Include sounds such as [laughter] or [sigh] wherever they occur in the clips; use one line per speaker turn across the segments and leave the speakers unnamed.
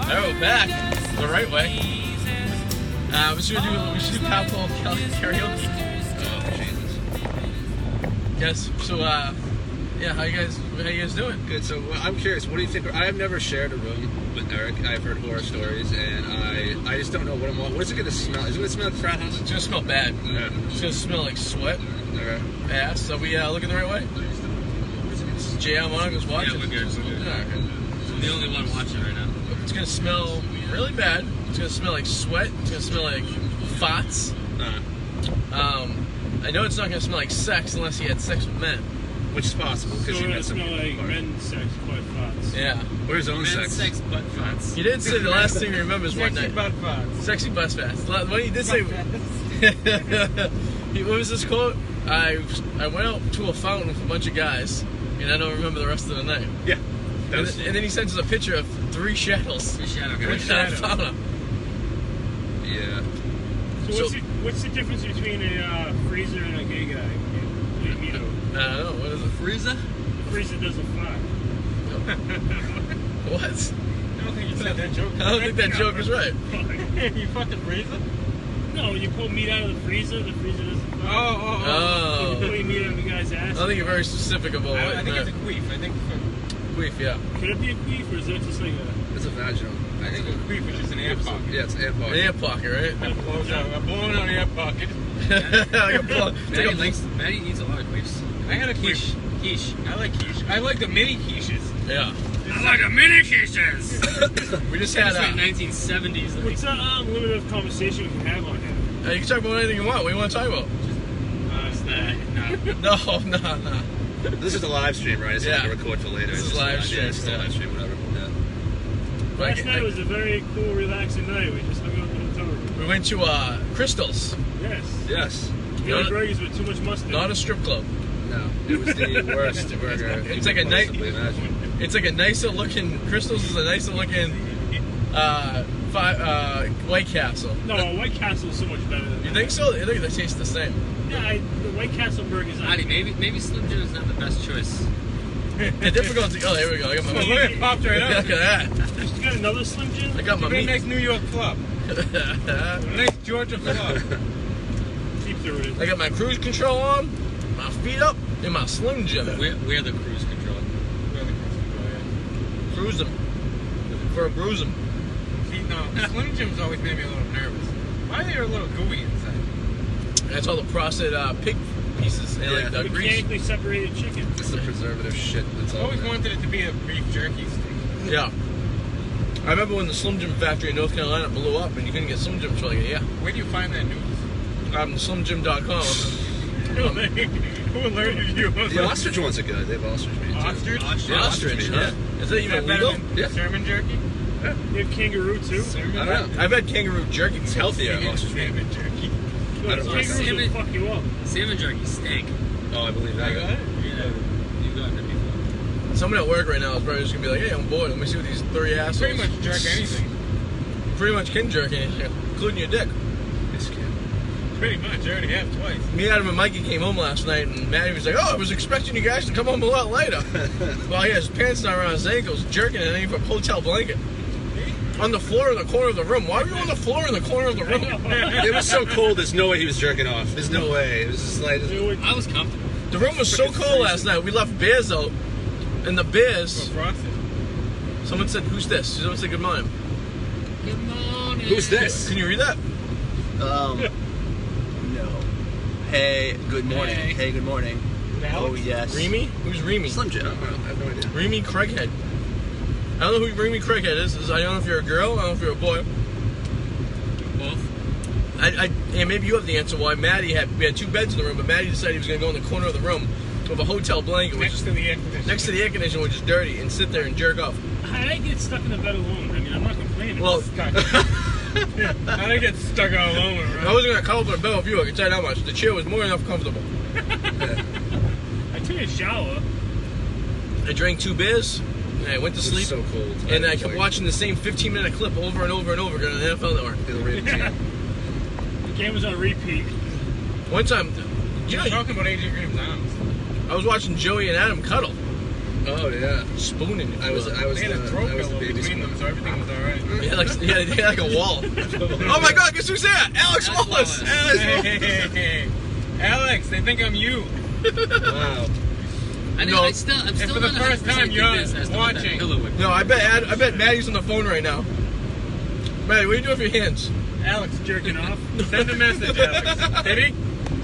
Oh, back the right way. Uh, we should do we should do Pat Paul Kelly karaoke.
Oh, Jesus.
Yes. So uh, yeah, how you guys how you guys doing?
Good. So well, I'm curious. What do you think? I have never shared a room with Eric. I've heard horror stories, and I I just don't know what I'm. What's it gonna smell? Is it gonna smell like frat house?
It's gonna smell bad.
Yeah.
It's gonna smell like sweat,
Okay.
ass. Are we uh, looking the right way? JL Monaco's watching.
we're good, we're good.
Yeah, okay.
I'm the only one watching right now.
It's gonna smell really bad. It's gonna smell like sweat. It's gonna smell like fots.
Uh,
Um, I know it's not gonna smell like sex unless he had sex with men.
which is possible
So
because you
we're
met
gonna
some.
smell like
people.
men's sex quite fast.
Yeah.
Or his own
Men's
sex.
sex butt farts.
You did say the last thing he remembers one night.
farts.
Sexy bus fast. La- What he did say. He- [laughs] what was this quote? I I went out to a fountain with a bunch of guys, and I don't remember the rest of the night.
Yeah. That
And,
was,
th- and then he sends us a picture of three shadows. [laughs]
Three shadow
Three
guys.
shadows.
yeah.
So what's,
So-
the, what's the difference between a uh, freezer and a gay guy? And, you know,
I don't know. What is it?
Frieza?
the freezer doesn't fart.
What?
I don't think you said that joke.
I don't think that joke is right.
you fucking freezer?
no, when you pull meat out of the freezer, the freezer doesn't fart.
Oh, oh, oh.
You
Oh.
pull meat out of a guy's
I
ass.
don't think you're very specific about what
I, I
you
think it's a
meant.
queef. I think
Queef, yeah.
Could it be a queef or is that just like a...
It's a vaginal.
I think a queef is just an air pocket.
Yeah, it's air
An
pocket.
air pocket, right? [laughs]
That blows out. I'm blowing out an air pocket.
like a blow. Take
Maddie,
a
likes, Maddie eats a lot of queefs.
I had a
Quiche.
quiche. Quiche. I like quiche. I like the mini quiches.
Yeah.
I like a mini quiches!
We just had.
That's like
Uh,
1970s. Like,
What's that um, limit of conversation we can have on here?
uh, you can talk about anything you want. What do you want to talk about?
uh, it's that. No.
[laughs] No, no, no.
This is the live stream, right? It's
Yeah.
not gonna record till later.
This
It's
is
just-
live
yeah,
stream,
It's just a
yeah.
live stream, whatever. Yeah.
But I
Last
can-
night
I-
was a very cool, relaxing night. We just hung out in the hotel room.
we went to uh, Crystals,
Yes.
Yes.
Billy
Not-
Burgers with too much mustard.
not a strip club.
No. It was the worst burger. you
It's like a
could
night-
possibly imagine.
It's like a nicer looking. Crystals is a nicer looking. Uh, fi- uh, White Castle.
No, White Castle is so much better than
You
that.
think so? I think they taste the same.
Yeah, I, the White Castle burgers. I
Maddie, maybe, maybe Slim Jim is not the best choice.
The difficulty. Oh, there we go. I got my.
Look, it popped right up.
Look at that.
You got another Slim Jim?
I got my
Give me a nice
meat.
New York club. A nice Georgia club.
Keep through
[laughs]
it.
I got my cruise control on, my feet up, and my Slim Jim.
We're, we're the cruise control.
Cruise 'em. For a bruise 'em.
See, no, Slim Jim's always made me a little nervous. Why are they a little gooey inside?
That's all the processed uh, pig pieces and
Yeah.
like the grease.
Mechanically separated chicken.
It's the preservative shit that's
I
all.
always
in it.
wanted it to be a beef jerky stick.
Yeah. I remember when the Slim Jim factory in North Carolina blew up and you couldn't get Slim Jims for like a year.
Where do you find that news? [laughs]
Um, slimjim.com.
Who alerted you?
The ostrich ones are good. They have ostrich meat. too.
Ostrich?
Ostrich.
Yeah,
Ostrich,
ostrich,
huh? Is that
Is
even
that better
legal?
than
Yeah.
German jerky?
They have kangaroo too.
I don't know.
I've had kangaroo jerky. It's
healthier. Yeah, ostrich meat.
German jerky.
No,
I don't know.
kangaroos will
Salmon-
fuck you up.
Salmon jerky stank.
Oh, I believe that.
I got it.
Yeah. You've gotten it before.
Someone at work right now is probably just gonna be like, "Hey, I'm bored. Let me see what these three assholes."
Pretty much jerk anything.
Pretty much can jerk anything, including your dick.
This kid.
Pretty much. I already have twice.
Me, Adam, and Mikey came home last night, and Maddie was like, "Oh, I was expecting you guys to come home a
[laughs]
lot later." well, he has his pants down around his ankles, jerking in any hotel blanket on the floor in the corner of the room. Why were you on the floor in the corner of the room?
It was so cold. There's no way he was jerking off. There's no way. It was just like
They would-
I was comfortable.
The room was so cold last night. We left bears out, and the bears.
Frosted.
Someone said, "Who's this?" Someone said, "Good morning."
Good morning.
who's this?
Can you read that?
Um, no. Hey, good morning.
Hey.
Hey, good morning. Oh yes.
Remy? Who's Remy?
Slim
I
Jim.
don't know. I have no idea.
Remy Craighead. I don't know who Remy Craighead is. is- I don't know if you're a girl. I don't know if you're a boy.
Both.
I, I, and maybe you have the answer why Maddie had we had two beds in the room, but Maddie decided he was going to go in the corner of the room with a hotel blanket, which
Next
is
to the air conditioner.
next to the air conditioner, which is dirty, and sit there and jerk off.
I get stuck in the bed alone. I mean, I'm not complaining.
Well,
I don't get stuck all alone,
I
right?
wasn't going to cuddle with a bell with you. I can tell you that much. The chair was more than enough comfortable.
I took a shower.
I drank two beers, and I went to
It was
sleep,
so cold.
and I
was
kept
like,
watching the same 15 minute clip over and over and over again on the NFL Network.
The Ravens game.
The game was on repeat.
One time, you
You're
know,
talking about Adrian Graham's arms.
I was watching Joey and Adam cuddle.
[laughs] Oh yeah.
spooning.
I was I was
They had
the,
a throat
I was the
pillow [laughs]
baby
between
spoon.
them, so everything was alright.
[laughs] Yeah, like, yeah, they had like a wall.
[laughs]
oh my God! Guess who's that? Alex
Alex
Wallace. Alex
Wallace.
Hey,
Wallace.
hey, hey, hey. Alex, they think I'm you.
Wow.
I know.
No.
I still, I'm still
for
not
the first
100%
time, you're
convinced as to what that
watching.
pillow would be.
No, I bet Ad, I bet Maddie's on the phone right now. Maddie, what are you doing with your hands?
Alex jerking off. Send a message, Alex. Did he?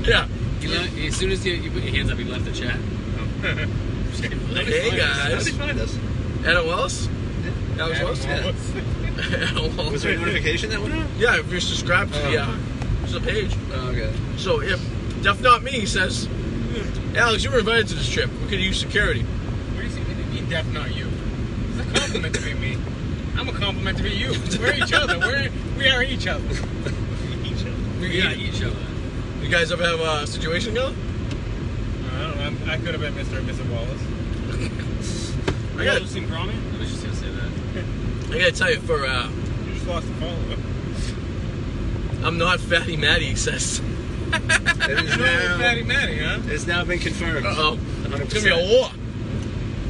Yeah.
You know, as soon as you, you put your hands up, you left the chat.
Hey
How did
guys.
you find us?
Adam Wallace. Alex Wallace.
Yeah.
[laughs] Adam
Was
Wallace.
there a notification that went out?
Yeah, if you're subscribed to the,
Oh.
uh, to the page.
Oh, okay.
So if Def Not Me says, Alex, you were invited to this trip. We could use security.
What do you think? What do you mean deaf, not you? It's a compliment to be me. I'm a compliment to be you. We're each other. We're we are each
[laughs]
other.
We got each other.
You guys ever have a situation going?
I don't know. I'm, I could have been Mr. and Mrs. Wallace.
[laughs]
I
Yeah.
gotta,
Losing Gromit?
I was just gonna say that.
I gotta tell you, for uh,
You just lost a follower.
I'm not Fatty Matty, he says.
[laughs] It is
No,
now,
Matty Matty, huh?
it's now been confirmed.
Uh oh. [laughs] It's
100%.
gonna be a war.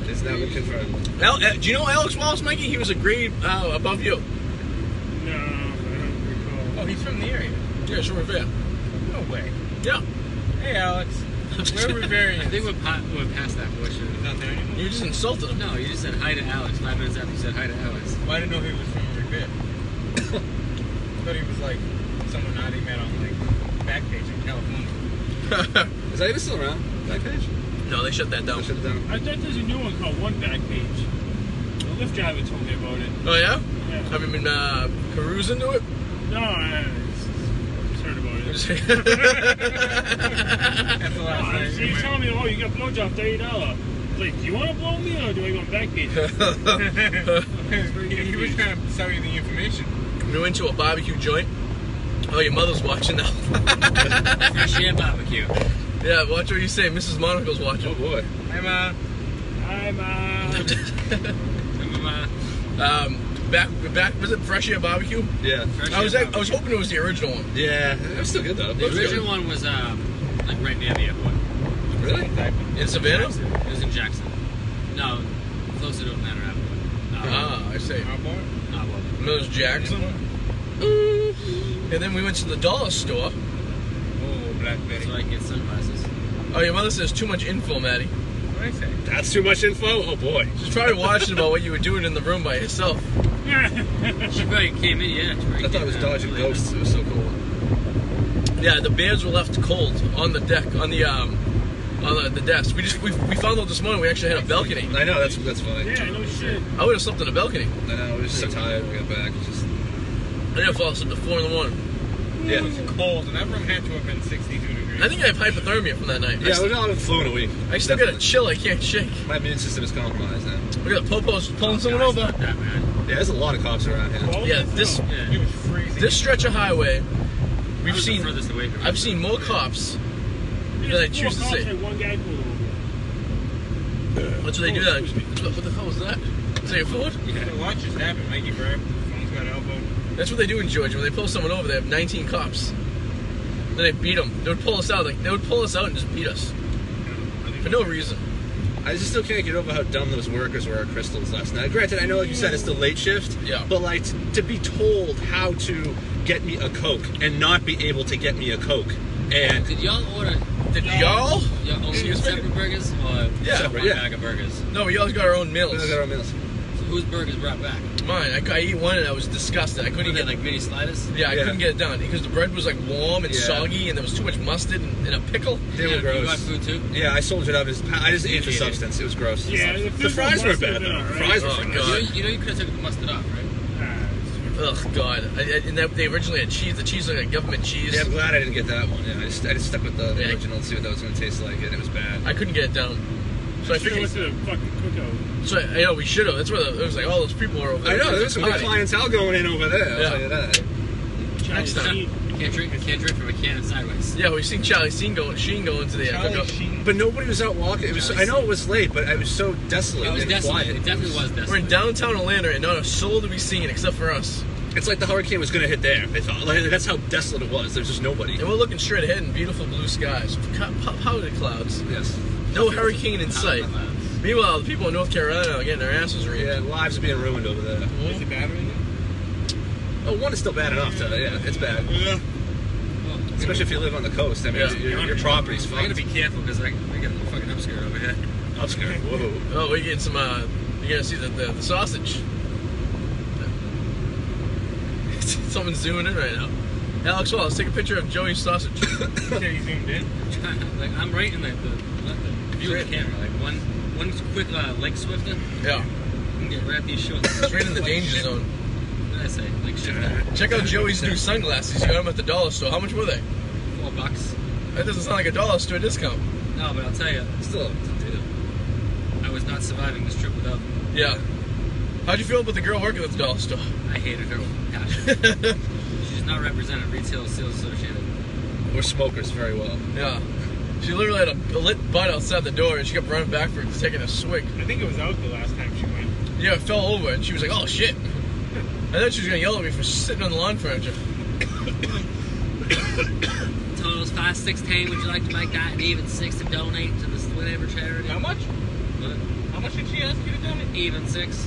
It's now been confirmed.
Al, uh, do you know Alex Wallace, Mikey? He was a grade uh, above you.
No, I don't recall.
Oh, he's from the area.
Yeah, sure, we're fair.
No way.
Yeah.
Hey, Alex. We're
[laughs] I
Rivarians.
think we're, pa- we're past that portion. It's not there anymore.
You just insulted him.
No, you just said hi to Alex. Five minutes after you said hi to Alex.
Well, I didn't know he was from
[laughs]
Revere. thought he was like someone I met on like Backpage in California.
Is that even still around? Backpage?
No, they shut that
I
down.
should have done.
I thought there's a new one called One Back Page. The Lyft driver told me about it.
Oh, yeah?
Yeah.
Have you been uh, carousing to it?
No, I just, just heard about it.
That's the [laughs]
No,
last
I-
thing.
he's telling me, oh, you got blowjob, $30. It's Like, do you want to blow me or do I go back page?
he was trying to sell you the information.
[laughs] we went to a barbecue joint. Oh, your mother's watching now.
Fresh air barbecue.
yeah, watch what you say. Mrs. Monocle's
Oh
watching.
boy.
I'm uh,
I'm uh,
[laughs]
Remember my
Um, back, back, was it Fresh Air Barbecue?
Yeah.
fresh
I was,
air
at, I was
barbecue.
hoping it was the original one.
Yeah. It was still good though.
The original one was um, like right near the airport.
Really?
In Savannah?
Jackson. It was in Jackson. No, closer to Atlanta Avenue. Uh,
Ah, I see.
Outboard.
not well.
Mills Jackson. And then we went to the dollar store.
Oh, Blackberry.
So I can get sunglasses.
Oh, your mother says too much info, Maddie.
What did I say?
That's too much info. Oh boy.
She's probably watching about what you were doing in the room by yourself.
She probably came in, yeah. she probably
I thought
came
it was
in
dodging
really
ghosts. It was so cool.
Yeah, the bears were left cold on the deck, on the um, on the, the desk. We just we, we found out this morning we actually had a balcony.
I know. That's that's funny.
yeah, no shit.
I would have slept in a balcony.
I know. We were just so tired. when We got back. It's Just
I didn't fall asleep at four in the morning.
yeah.
It was cold, and that room had to have been 62 degrees.
I think I have hypothermia from that night. I
Yeah.
st-
We're not flu in a week.
I, still got a chill I can't shake.
My immune system is compromised now.
Look at the popos pulling
bad.
someone
Oh,
Guys,
over.
not that bad.
Yeah. There's a lot of cops around here.
Well,
Yeah, this
Yeah.
It was freezing.
this stretch of highway,
I
we've
was the
seen
furthest away from
I've seen more cops.
there's
that I
four
choose to
cops
say.
and one guy pulled over.
That's what they do. That what the hell was that? Is that your food?
The watch just happened. Mikey grabbed someone's got elbow.
That's what they do in Georgia. When they pull someone over, they have 19 cops. Then they beat them. They would pull us out. Like they would pull us out and just beat us for no reason.
I just still can't get over how dumb those workers were at Crystal's last night. Granted, I know, like you said, it's the late shift.
Yeah.
But like t- to be told how to get me a Coke and not be able to get me a Coke and
Did y'all order
Did y'all?
y'all only
Excuse me?
separate burgers or
Yeah,
just one
yeah.
bag of burgers?
No, we all got our own meals.
I got our meals.
So whose burgers brought back?
Mine. I, I eat one and I was disgusted. I
Were
couldn't
they
get like.
like mini sliders?
Yeah, I
Yeah.
couldn't get it down because the bread was like warm and
Yeah.
soggy, and there was too much mustard and, and a pickle.
They
you
were
You got
gross.
food too?
Yeah, I soldiered up. Just, I just ate the
Yeah.
substance. It was gross.
Yeah,
the,
the food
fries were
must have
bad.
been
Though.
alright.
Fries were
Oh,
fine.
You
God.
know, you know you could have taken the mustard off, right?
Ah,
Ugh, God. I, I, and that, they originally had cheese. The cheese was like government cheese.
Yeah, I'm glad I didn't get that one. Yeah, I just I just stuck with the, the
Yeah.
original and see what that was going to taste like, and it was bad.
I couldn't get it down. So I
Should've
figured.
went to the fucking cookout.
So I, you know we should have. That's where the, it was like all those people were over
I
there.
know there was some good
Party.
clientele going in over there. I'll
Yeah.
tell you that.
Next time.
Can't drink, can't drink from a can of sideways.
Yeah, we've seen Charlie Sheen go, Sheen go into the uh,
Charlie
cookout.
Sheen.
But nobody was out walking. It was. I know it was late, but I was so desolate
It was
and
desolate.
quiet.
It definitely was
We're in
desolate.
downtown Atlanta and not a soul to be seen except for us.
It's like the hurricane was going to hit there. They thought like, that's how desolate it was. There's just nobody.
And we're looking straight ahead in beautiful blue skies, co- po- powder clouds,
Yes.
no hurricane in sight.
Mountain clouds.
Meanwhile, the people in North Carolina are getting their asses reared.
Yeah, lives are being ruined over there.
Is it bad right now?
Oh, one is still bad enough to yeah, it's bad.
Yeah.
Especially if you live on the coast. I mean,
Yeah.
your, your property's
I gotta
fucked.
be careful because I, I got a fucking upskirt over here. [laughs]
I'm scared. Whoa.
Oh, we get some. Uh, you're gonna see the, the, the sausage. [laughs] Someone's zooming in right now. Alex Wallace, take a picture of Joey's
[coughs]
sausage.
Okay, you zoomed in.
like I'm right in the, the, the view of the camera. Like one one quick uh, leg swifter,
yeah,
and get right at these shorts.
it's right in the
Like
danger
shit.
zone.
What did I say? Like shit,
Check out Joey's new sunglasses. You got them at the dollar store. How much were they?
four bucks.
That doesn't sound like a dollar store discount.
No, but I'll tell you, still, dude, I was not surviving this trip without. them.
Yeah. How'd you feel about the girl working at the dollar store?
I hated her with passion.
[laughs]
She's not represented Retail Sales Associated.
We're smokers very well.
yeah. She literally had a lit butt outside the door, and she kept running back for it, taking a swig.
I think it was out the last time she went.
Yeah, it fell over, and she was like, "Oh shit!" I thought she was gonna yell at me for sitting on the lawn furniture.
Totals five sixteen. Would you like to make that an even six to donate to this whatever charity?
How much?
What?
How much did she ask you to donate?
Even six.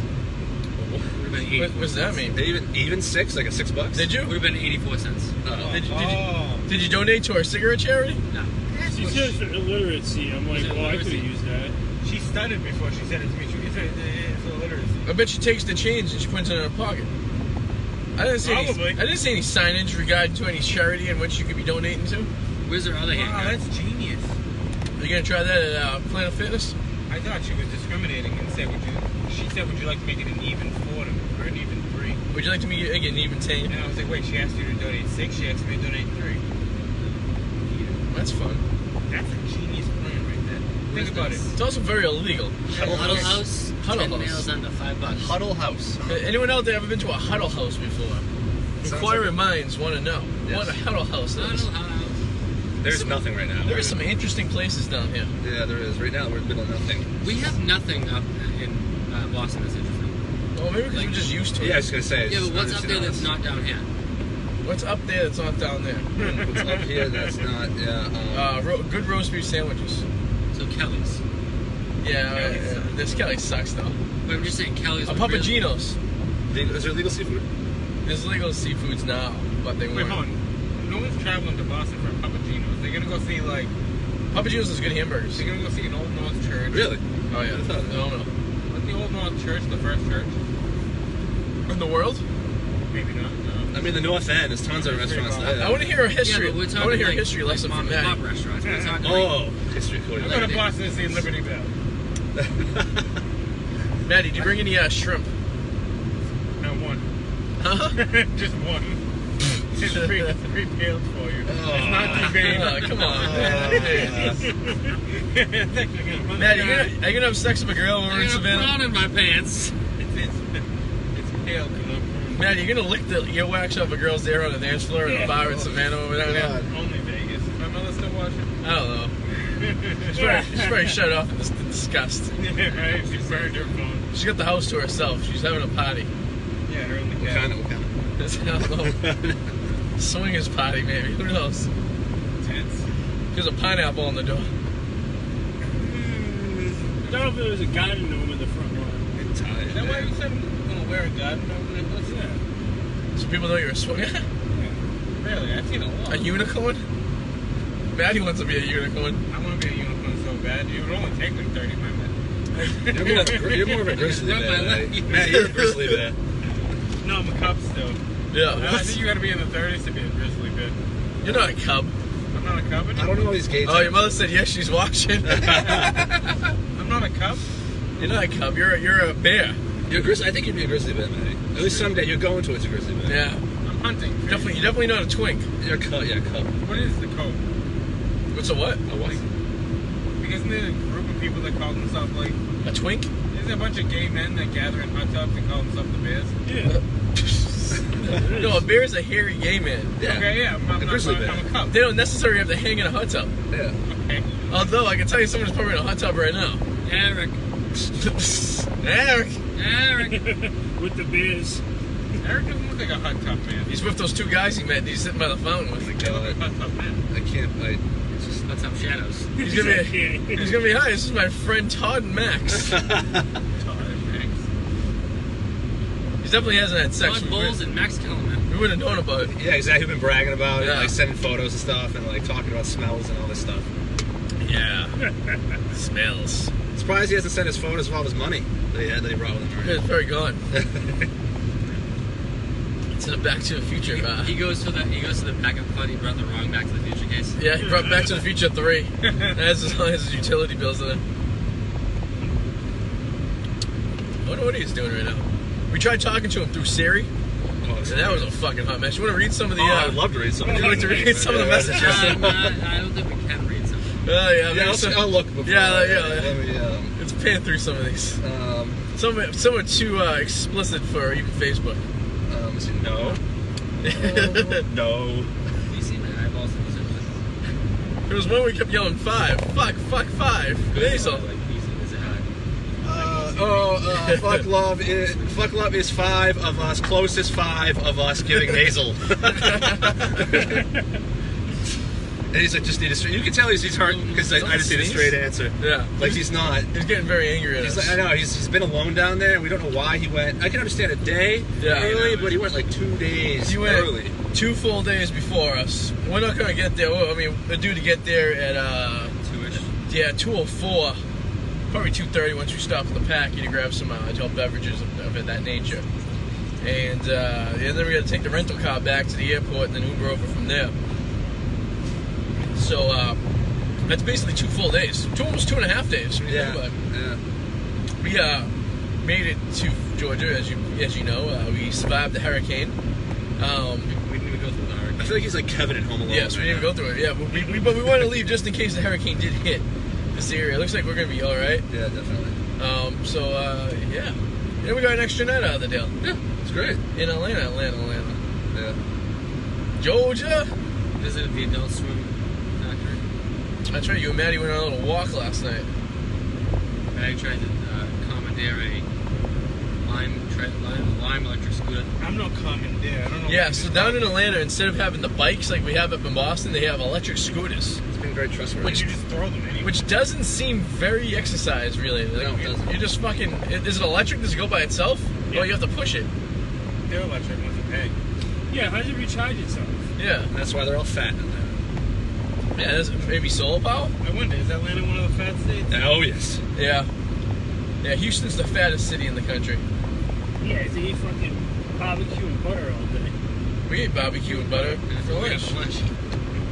Would have been eighty.
What, what does that mean?
Even even six, like at six bucks.
Did
Would
you?
have been eighty-four cents.
Oh.
Did you, did you
Oh.
did you donate to our cigarette charity?
No.
She said for illiteracy. I'm like,
Is it
well, I could have
literacy?
used that.
[laughs]
She studied before she said it to me. She, it's, a, it's a literacy.
I bet she takes the change and she puts it in her pocket. I didn't see
Probably.
any. I didn't see any signage regarding to any charity and what you could be donating to.
Where's her other
Wow,
hand?
that's genius.
Are you gonna try that at uh, Planet Fitness?
I thought she was discriminating and said, "Would you?" She said, "Would you like to make it an even four to- or an even three?
Would you like to meet again even ten?
And I was like, "Wait, she asked you to donate six. She asked me to donate three.
That's fun.
That's a genius plan right there.
Where's
Think about
this?
It's also very illegal.
Huddle
Huddle
House.
House.
Huddle
ten
House.
males under five bucks.
Huddle House.
Uh, Anyone out there ever been to a huddle house before? Inquiring minds want to know what a huddle house is.
Huddle House.
There's nothing right now.
There are some interesting places down here.
Yeah, there is. Right now, we're in the middle of nothing.
We have nothing up in uh, Boston that's interesting.
Well, maybe because we're just used to it.
Yeah, I was gonna say.
Yeah,
it's
but what's
just
up there that's not down here?
What's up there that's not down there?
[laughs]
What's up here that's not? Yeah. Um,
Uh, ro- good roast beef sandwiches.
So Kelly's.
Yeah, uh, this Kelly sucks though. Uh,
But I'm just saying Kelly's.
A
would
Papagino's.
legal, is there legal seafood?
There's legal seafoods now, but they
Wait, hold
weren't.
on. No one's traveling to Boston for a Papagino's. They're gonna go see like
Papagino's is good hamburgers.
they're gonna go see an old North church.
Really?
Oh yeah.
That's not-
No, no.
Wasn't the old North church the first church?
In the world?
Maybe not. No.
I mean, the North End. There's tons of
Pretty
restaurants
well.
there.
I want to hear a
Yeah,
history.
but we're
I
talking
want to hear a
like,
history
like
lesson
mom
from
and
Maddie.
pop restaurants. We're talking like,
Oh, history. Cool. [laughs]
I'm going
Like-
to Boston to see Liberty [laughs] Bell.
Maddie, do you bring any uh, shrimp?
No one.
Huh?
Just
[laughs]
one. Just
[laughs]
three, three pails for you.
Oh,
It's not too bad.
[laughs] come
[laughs]
on. Maddie, are you,
Maddie,
gonna, are you gonna have sex with a girl when
I'm
we're in
gonna
Savannah?
put in my pants.
it's, it's, it's pale cologne.
Maddie, you're gonna lick the earwax off a girl's ear on the dance floor in a bar in Savannah over there?
God.
Only Vegas. Is My mother still watching.
I don't know. She's probably, she's probably shut off in dis- disgust.
yeah, right. [laughs] She burned her phone.
She's got the house to herself. She's having a party. [laughs]
Yeah, her only
What
cat.
kind of? What kind of?
That's how low. Swingers party, maybe. Who knows?
Tense.
There's a pineapple on the door.
Hmm. I don't know if there was a garden gnome in the front lawn.
It's Italian.
Is that why you said I'm gonna wear a gun over the necklace? Yeah.
So people know you're a swinger?
Really, I've seen a lot.
[laughs] a unicorn? Maddie wants to be a unicorn.
I want to be a unicorn so bad. It would only take like 35 minutes.
[laughs] You're more, of a gri- you're more of a grizzly
Rub my
bear.
leg.
Maddie. Matt, you're a grizzly bear.
no, I'm a cub still.
Oh,
Yeah.
I think you gotta be in the 30s to be a grizzly bit.
You're not a cub.
I'm not a cub
I
anymore.
don't know all these gates.
Oh, your mother said yes. She's watching.
I'm not a cub.
you're not a cub. You're a, you're a bear.
You're a grizzly. I think you'd be a grizzly bear, Maddie. At least someday you're going towards a grizzly bear.
Yeah.
I'm hunting. for
Definitely. You're definitely not a twink.
You're a cub. Yeah, a cub.
you. What is the cub?
What's a what?
A what?
Because isn't there a group of people that call themselves like.
A twink?
Isn't there a bunch of gay men that gather in hot tubs and call themselves the bears?
Yeah.
No, a bear is a hairy gay man.
Yeah.
Okay, yeah, I'm, I'm,
A
not,
grizzly bear.
I'm a cub.
They don't necessarily have to hang in a hot tub.
Yeah.
Okay.
Although I can tell you someone's probably in a hot tub right [laughs] now.
Eric.
Eric, [laughs]
Eric.
With the bears.
Eric doesn't look like a hot tub man.
he's with those two guys he met. that He's sitting by the fountain with.
God,
Hot tub man.
I can't. I. It's just.
I What's up, shadows?
He's
[laughs]
gonna be. He's gonna be hi. This is my friend Todd and [laughs] Max. He definitely hasn't had sex.
Todd
We would-
Bowles and Max Kellerman.
we wouldn't have known about it.
yeah, exactly. We've been bragging about it,
Yeah.
like sending photos and stuff, and like talking about smells and all this stuff.
Yeah. [laughs] Smells.
Surprised he hasn't sent his photos of all his money that he had that he brought with him. already.
It's very gone. [laughs] it's a Back to the Future. Uh, [laughs]
He goes to the he goes to the backup club. He brought the wrong Back to the Future case.
yeah, he brought Back to the Future 3. That's as long as his [laughs] utility bill's in it. I wonder what he's doing right now. We tried talking to him through Siri,
Oh,
and
it's-
that was a fucking hot mess. You want to read some of the?
Oh,
uh,
I'd love to read
[laughs]
some.
Would you like to read some of the messages? [laughs]
Um, uh, I don't think we can read something.
Oh yeah,
Yeah,
maybe
I'll,
some-
I'll look. Before
Yeah, yeah, yeah.
Let me, um,
Let's pan through some of these.
um,
Some, are- some are too uh, explicit for even Facebook. [laughs]
um, is it no, no.
Have you seen my eyeballs? in this episode?
There was one we kept yelling five, fuck, fuck, five. And then he saw,
Like, easy as it hot.
Uh, oh,
[laughs]
uh, fuck love is fuck love is five of us closest five of us giving Hazel.
[laughs]
and he's like, just need a straight. You can tell he's he's hurt because I, I just need a straight answer.
yeah,
Like he's not.
he's getting very angry at
He's
us.
like, I know he's, he's been alone down there, and we don't know why he went. I can understand a day
Yeah.
early, but he went like two days
He went
early.
two full days before us. We're not gonna get there. Well, I mean, we're due to get there at uh,
Two-ish.
yeah, two o four, probably two thirty. Once we stop at the pack, you to grab some uh, adult beverages of, of that nature, and uh, and then we got to take the rental car back to the airport and then Uber over from there. So uh, that's basically two full days, two almost two and a half days. when you think about
Yeah,
it.
yeah.
We uh, made it to Georgia, as you as you know. Uh, we survived the hurricane. Um,
We didn't even go through the arc.
I feel like he's like Kevin at Home Alone.
Yes, we
right
didn't go through it. Yeah, but we, we, but we wanted to leave just in case the hurricane did hit this area. It looks like we're gonna be all right.
now. Yeah, definitely.
Um, so uh, yeah, and we got an extra night out of the deal
Yeah, it's great.
in Atlanta, Atlanta, Atlanta,
Yeah.
Georgia.
Visited the adult swim factory.
That's right. You and Maddie went on a little walk last night.
And I tried to uh, commandeer a lime, tri- lime, lime electric scooter.
I'm no commandeer. I don't know.
Yeah. So down in Atlanta, instead of having the bikes like we have up in Boston, they have electric scooters,
It's been very trustworthy.
But you just throw them anyway.
which doesn't seem very exercise related. Like,
No, it doesn't.
You just fucking. Is it electric? Does it go by itself?
Yeah.
Or you have to push it?
They're electric ones to pay.
Yeah, how does it recharge itself?
Yeah.
That's why they're all fat in there.
Yeah. that's- Maybe solar power.
I wonder, is Atlanta one of the fat states?
Oh yes.
Yeah. Yeah, Houston's the fattest city in the country.
Yeah, it's eat fucking barbecue and butter all day.
We ate barbecue and butter for
We got
lunch.
for lunch.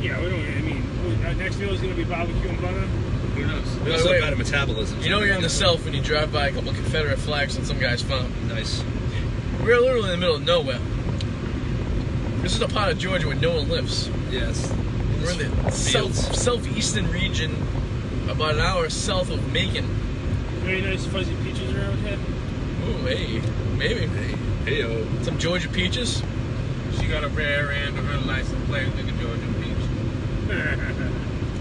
Yeah, we don't. I mean, we- our next meal is gonna be barbecue and butter.
Who knows?
Wait,
We also
wait.
have better metabolism.
You know you're on the self when you drive by a couple Confederate flags on some guy's farm.
Nice.
We're literally in the middle of nowhere. This is a part of Georgia where no one lives.
Yes.
We're in the south, southeastern region, about an hour south of Macon.
Very nice fuzzy peaches around here. [laughs]
Ooh, hey, maybe.
Hey yo.
Some Georgia peaches.
She got a rare end of her license plate, nigga Georgia Beach.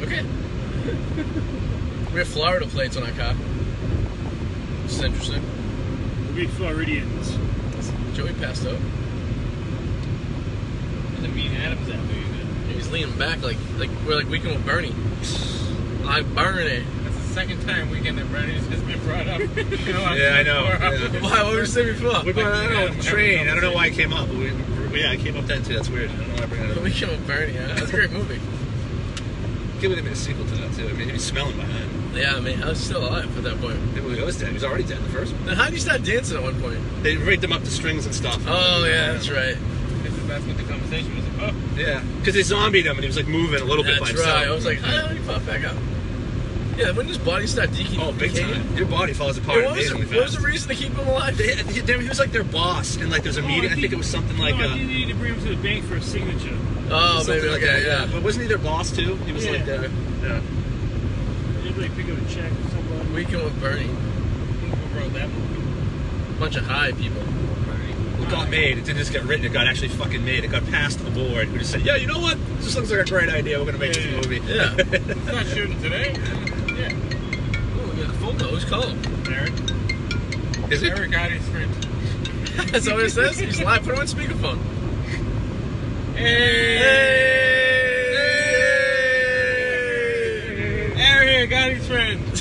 Okay. [laughs] we have Florida plates on our car. This is interesting.
Big Floridians.
Joey passed out.
The mean Adams out there, you
He's leaning back like like we're like weekend with Bernie. I burn it. [laughs]
know. That's the second time weekend that Bernie's has been brought [laughs] up. You know,
Yeah, I know, yeah.
Why? What were we saying before? [laughs]
We brought it on the train. I don't know why it came up. but We, we- yeah, it came up that too. That's weird. I don't know why I bring that up.
Weekend with Bernie. Yeah, that's a great movie.
Give it a minute sequel to that too. I mean, he was smelling behind.
[laughs] Yeah, I mean, I was still alive at that point.
Maybe he was dead. He was already dead in the first one.
Then how do you start dancing at one point?
They rigged him up to strings and stuff.
Oh yeah, that's right.
[laughs] This is, that's what the conversation was about.
Yeah. Because they zombied him and he was like moving a little bit by
That's
himself.
right. I was like, how do you pop back up? Yeah, when his body start decaying.
oh, big time. Your body falls
Yeah,
apart
what, was the,
amazingly
what was
fast.
the reason to keep him alive?
They, they, he was like their boss, and like there's a meeting. I think it was something like.
No, Oh, I
uh,
think you need to bring them to the bank for a signature.
Oh,
something
maybe
like
okay,
that,
yeah.
But wasn't he their boss too? He was like
Yeah.
the. Yeah.
Anybody pick up a check or
[laughs]
something?
Weekend with Bernie.
Who wrote that movie?
Bunch of high people.
It got made. It didn't just get written. It got actually fucking made. It got passed the board. We just said, yeah, you know what? This looks like a great idea. We're gonna make
Yeah.
this movie.
Yeah.
It's not shooting today. Yeah.
Oh, we got a phone call. Who's calling?
[laughs]
Eric.
[laughs] Is it?
Eric got his friend.
That's all it says. He's live. Put him on speakerphone.
Hey!
Hey!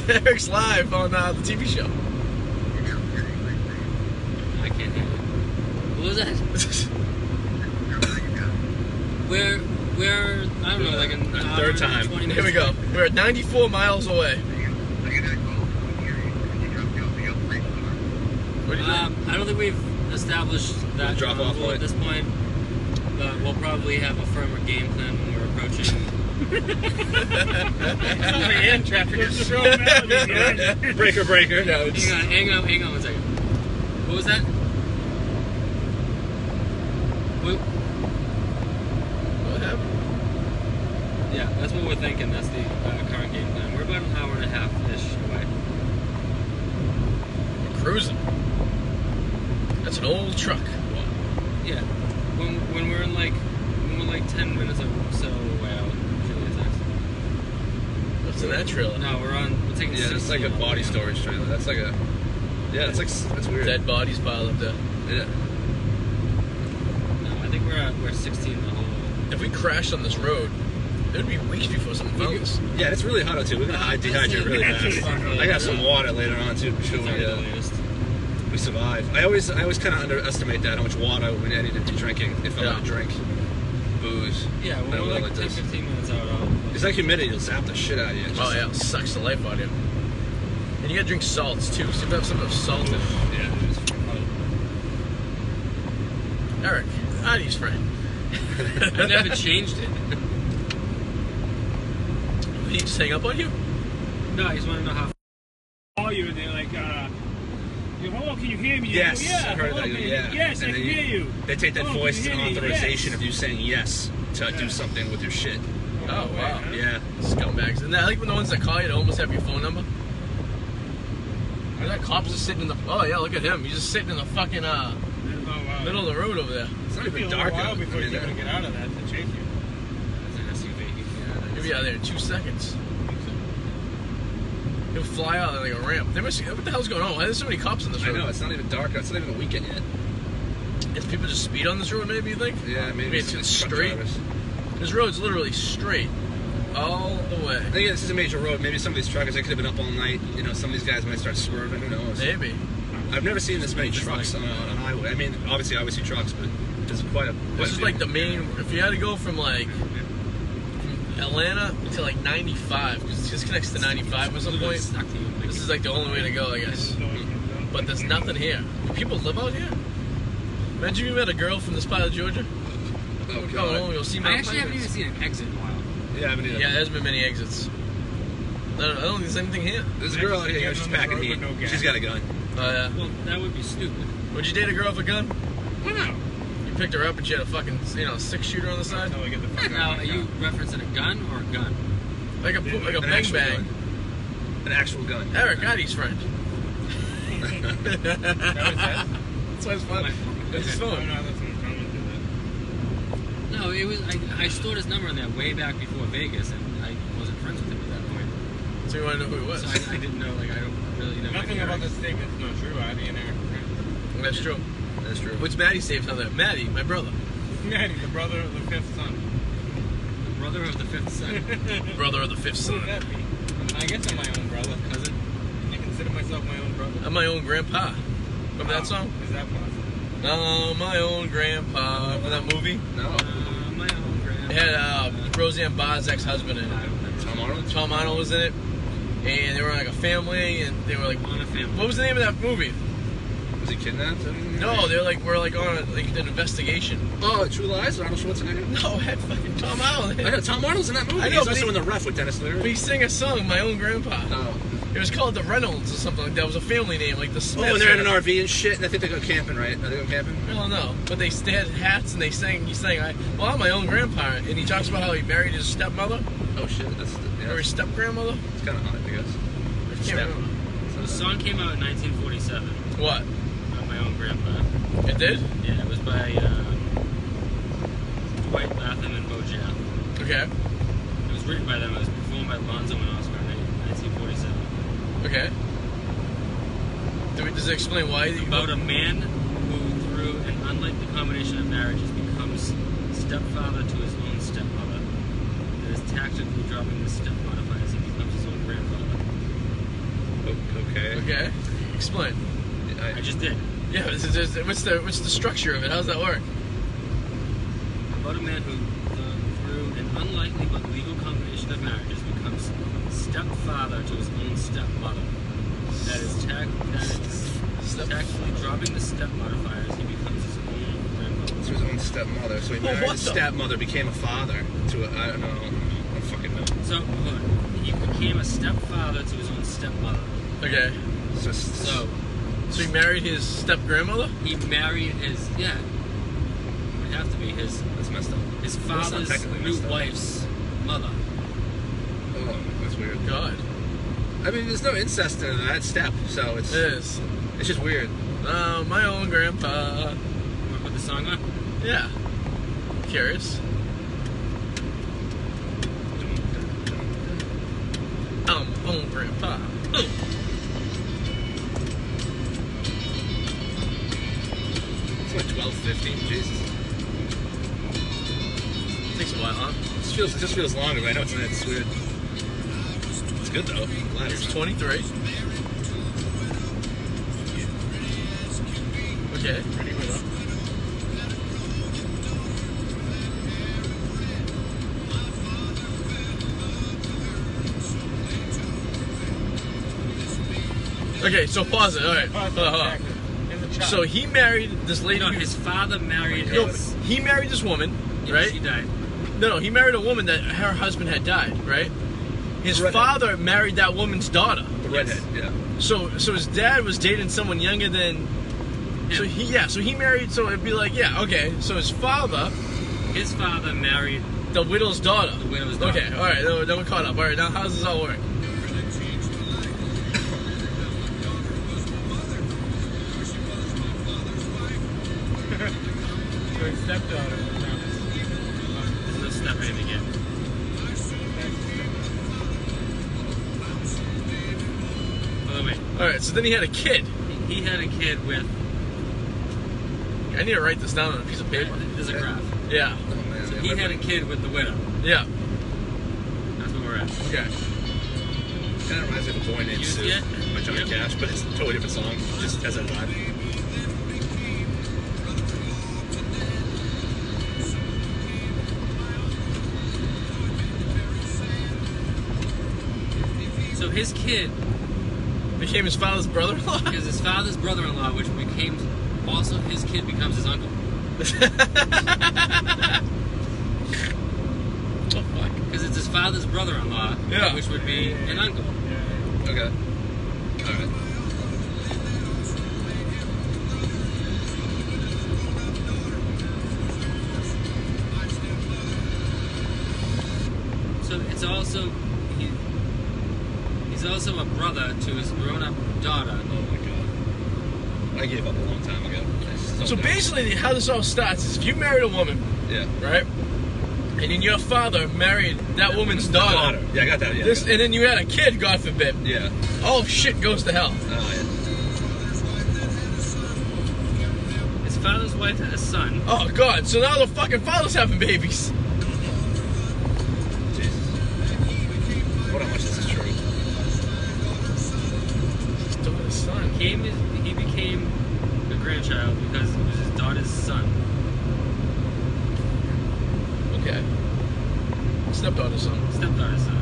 Eric's live on uh, the TV show.
I can't hear you. What was that? [laughs] We're we're I don't know like an
Uh,
hour
third
and
time.
20
Here we
minutes.
go. We're at 94 miles away. What do you think? [laughs]
Um, I don't think we've established that
Drop
um,
off
rule
point.
at this point, but we'll probably have a firmer game plan when we're approaching.
and traffickers.
Throw melody,
[laughs]
guys.
Breaker, breaker. No,
Hang on, hang on, hang on one second. What was that? What,
What happened?
yeah, that's what we're thinking. That's the uh, current game plan. We're about an hour and a half ish away.
We're cruising. That's an old truck.
Yeah, when, when we're in like when we're like ten minutes or so away, I'll show you a text.
What's in that trailer?
No, we're on. We're taking.
Yeah, that's like a
16
body
now.
storage trailer. That's like a. Yeah, that's like s- that's weird.
Dead bodies piled up there.
Yeah.
No, I think we're at we're sixteen the whole.
If we crashed on this road, it would be weeks before something found us.
Yeah, it's really hot out too. We're gonna hide dehydrate really fast. I got some water later on too. for Sure,
Sorry,
we,
the
uh,
latest.
we survive. I always I always kind of underestimate that how much water I would- I need to be drinking if I'm
Yeah.
gonna drink booze.
Yeah,
I
when we're
will
like
with
10,
this.
15 minutes out. I'll,
It's like humidity. It'll zap the shit out of you. It's
Oh
just-
yeah, it sucks the life out of you. And you gotta drink salts too. See if they have some of salt in it.
Yeah.
Eric, Adi's friend.
I never changed [laughs] it.
Did he just hang up on you?
No, I just want to know how.
Call you and they're like, uh, you know, hello, can you hear me? You
Yes.
go, yeah,
I heard
hello,
that.
can you-
Yeah.
Yes, I
And then
can
you-
hear you.
They take that
Oh, can
voice
you
and
hear me?
authorization
Yes.
of you saying yes to
Yeah.
do something with your shit.
Oh wow.
Yeah.
Scumbags. And I like when the ones that call you to almost have your phone number. Or that cop's just sitting in the oh yeah, look at him. He's just sitting in the fucking uh,
[laughs] Oh, wow.
middle of the road over there.
It's not
It'll be a
even
little
dark
while
out.
before
I mean,
you're going to get out of that to chase you.
It's an SUV.
He'll be out there in two seconds. He'll fly out like a ramp. They must what the hell's going on? Why are there so many cops on this
I
road?
know it's not even dark. out. It's not even a weekend yet.
Is people just speed on this road maybe you think?
Yeah, maybe,
Maybe it's
truck
straight.
drivers.
This road's literally straight. All the way.
I think this is a major road. Maybe some of these truckers they could have been up all night. You know, some of these guys might start swerving. Who knows?
Maybe.
I've never seen this many trucks on, a, on a highway. I mean, obviously, I always see trucks, but there's quite a. Quite
This is like the main. If you had to go from like from Atlanta to like 95, because it just connects to 95 at some point.
Stuck to you.
This is like the only way to go, I guess.
[laughs]
But there's nothing here. Do people live out here? Imagine you met a girl from this part of Georgia.
Oh,
Go along,
God.
you'll see
I
Mount
actually haven't even
Clemens.
seen an exit in a while.
Yeah, I mean,
Yeah, there hasn't been many exits. I don't, I don't think there's anything here.
There's a girl out here. You know, she's packing heat. she's got a gun.
Oh yeah.
Well, that would be stupid.
Would you date a girl with a gun?
Why not?
You picked her up and she had a fucking, you know, six shooter on the side,
Until we get the fuck
Now,
out
are
of
you referencing a gun or a gun?
like a like a
An
bang
actual
bang.
gun. An actual gun.
Eric Gotti's friend.
that?
That's why it's funny. That's his
Oh,
phone.
no, that's what I'm doing.
No, it was. I, I stored his number in there way back before Vegas, and I wasn't friends with him at that point.
So you want to know who it was?
So I, I didn't know. Like, I don't really know.
Nothing
any
about
Eric.
this statement's not true. I didn't [laughs]
That's true.
That's true.
What's Maddie saved on that? Maddie, my brother.
Natty, the brother of the fifth son.
The brother of the fifth
[laughs]
son.
Brother of the fifth
Who
son.
would that be? I guess I'm my own brother.
Cousin.
Can you consider myself my own brother?
I'm my own grandpa.
Oh,
Remember that song?
Is that possible?
No, my own grandpa. Remember that movie?
No.
Uh, my own grandpa.
It had uh, Roseanne Barr's ex-husband in
I
it.
don't know.
Tom Arnold.
Tom Arnold was in it, and they were like a family, and they were like,
uh,
On a family.
what was the name of that movie?
Was he kidnapped?
No, they're like we're like on a, like an investigation. [laughs]
Oh, True Lies. Arnold Schwarzenegger.
No, it had fucking Tom Arnold. in
I know
it. [laughs]
Tom Arnold's in that movie.
I know,
He's
but
also
he-
in the ref with Dennis
But
Leary.
he sang a song, my own grandpa.
Oh.
It was called the Reynolds or something like that. It was a family name, like the
Oh,
Smiths.
and they're in
or-
an RV and shit, and I think they go camping, right? Are they go camping?
I don't know, but they they had hats and they sang. He sang, "I well, I'm my own grandpa," and he talks about how he married his stepmother
Oh shit, that's yeah,
or his
it's,
step grandmother.
it's kind of odd, I guess.
I can't
Step.
remember.
The song came out in 1947.
What?
About my own grandpa.
It did?
Yeah, it was by uh, Dwight Latham and Bo Jaff.
Okay.
It was written by them. It was performed by Lonzo and Oscar in 1947.
Okay. Do we, does it explain why?
It's
you-
about a man who, through an unlikely combination of marriages, becomes stepfather to his own stepmother. And is tactically dropping his stepmother as he becomes his own grandfather. Oh,
Okay.
Okay, explain.
I,
I just did.
Yeah, it's just, what's the what's the structure of it? How does that work?
About a man who, uh, through an unlikely but legal combination of marriages, becomes stepfather to his own stepmother. That is, tac- that is
Step-
tactfully dropping the step modifiers, he becomes his own grandfather.
it's his own stepmother, so he
Oh,
Well,
married
what
his
the-
stepmother, became a father to a, I don't know, I don't fucking know.
So, look, he became a stepfather to his own stepmother.
Okay,
So, s-
So,
so he married his step grandmother.
he married his, yeah, it would have to be his,
that's messed up.
his
Well, it's not
father's
technically
new
messed up.
wife's mother.
Oh, that's weird.
God,
I mean, there's no incest in that step, so it's
yes.
it's just weird.
Uh, my own grandpa.
Want to put the song on?
Yeah. Curious. I'm own grandpa. Ooh.
It's like 12:15. Jesus,
Takes a while, huh?
this feels it just feels longer. But I know it's not. It's weird. It's good though. I'm glad
It's
it's
23. Okay. Okay, so pause it. All right. Hold on,
Uh-huh.
hold on. So he married this lady.
No,
who-
his father married
no,
his.
he married this woman,
yeah,
right?
She died.
No, no, he married a woman that her husband had died, right? His
Redhead.
father married that woman's daughter.
the redhead. Yeah.
So so his dad was dating someone younger than So he yeah, so he married so it'd be like, yeah, okay. So his father,
His father married
the widow's daughter.
the widow's daughter.
Okay, all right, no, no, we're caught up. All right, now how does this all work?
Your stepdaughter.
There's no step in again. By the way,
All right, so then he had a kid.
he he had a kid with.
I need to write this down on a piece of paper.
There's a graph.
Yeah,
Oh man.
He had a kid with the widow.
yeah,
That's where we're at.
okay.
Kind of reminds me of a boy named
You
Sue
get-
by Johnny
Yep.
Cash, but it's a totally different song. Just as a vibe.
So his kid
Became his father's [laughs] brother-in-law.
is his father's brother-in-law, which became also his kid becomes his uncle.
Oh, fuck.
Because it's his father's brother-in-law,
Yeah.
which would be an uncle.
Okay. All right.
So it's also he, he's also a brother to his grown-up daughter.
Oh my god. I gave up a long time ago. I still
So
don't.
basically, how this all starts is if you married a woman,
Yeah.
right? And then your father married that woman's daughter.
Yeah, I got that. Yeah. I
Oh. This,
got
and then you had a kid, God forbid.
that. yeah.
All shit goes to hell.
Oh,
His father's wife had a son.
Oh God! So now the fucking father's having babies.
yeah. Jesus. What how much this is true?
His daughter's son.
Came his, he became a grandchild because it was his daughter's son,
Okay. Stepdaughter's son.
stepdaughter's son.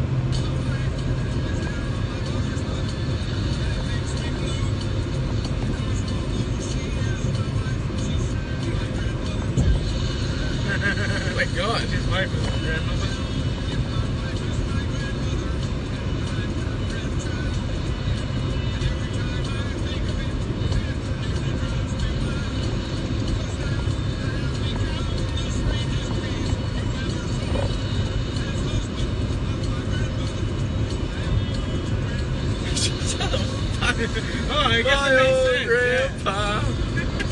Oh my God!
His wife is his grandmother.
Shut the fuck
[laughs] Oh, I guess
Oh,
it makes sense.
grandpa.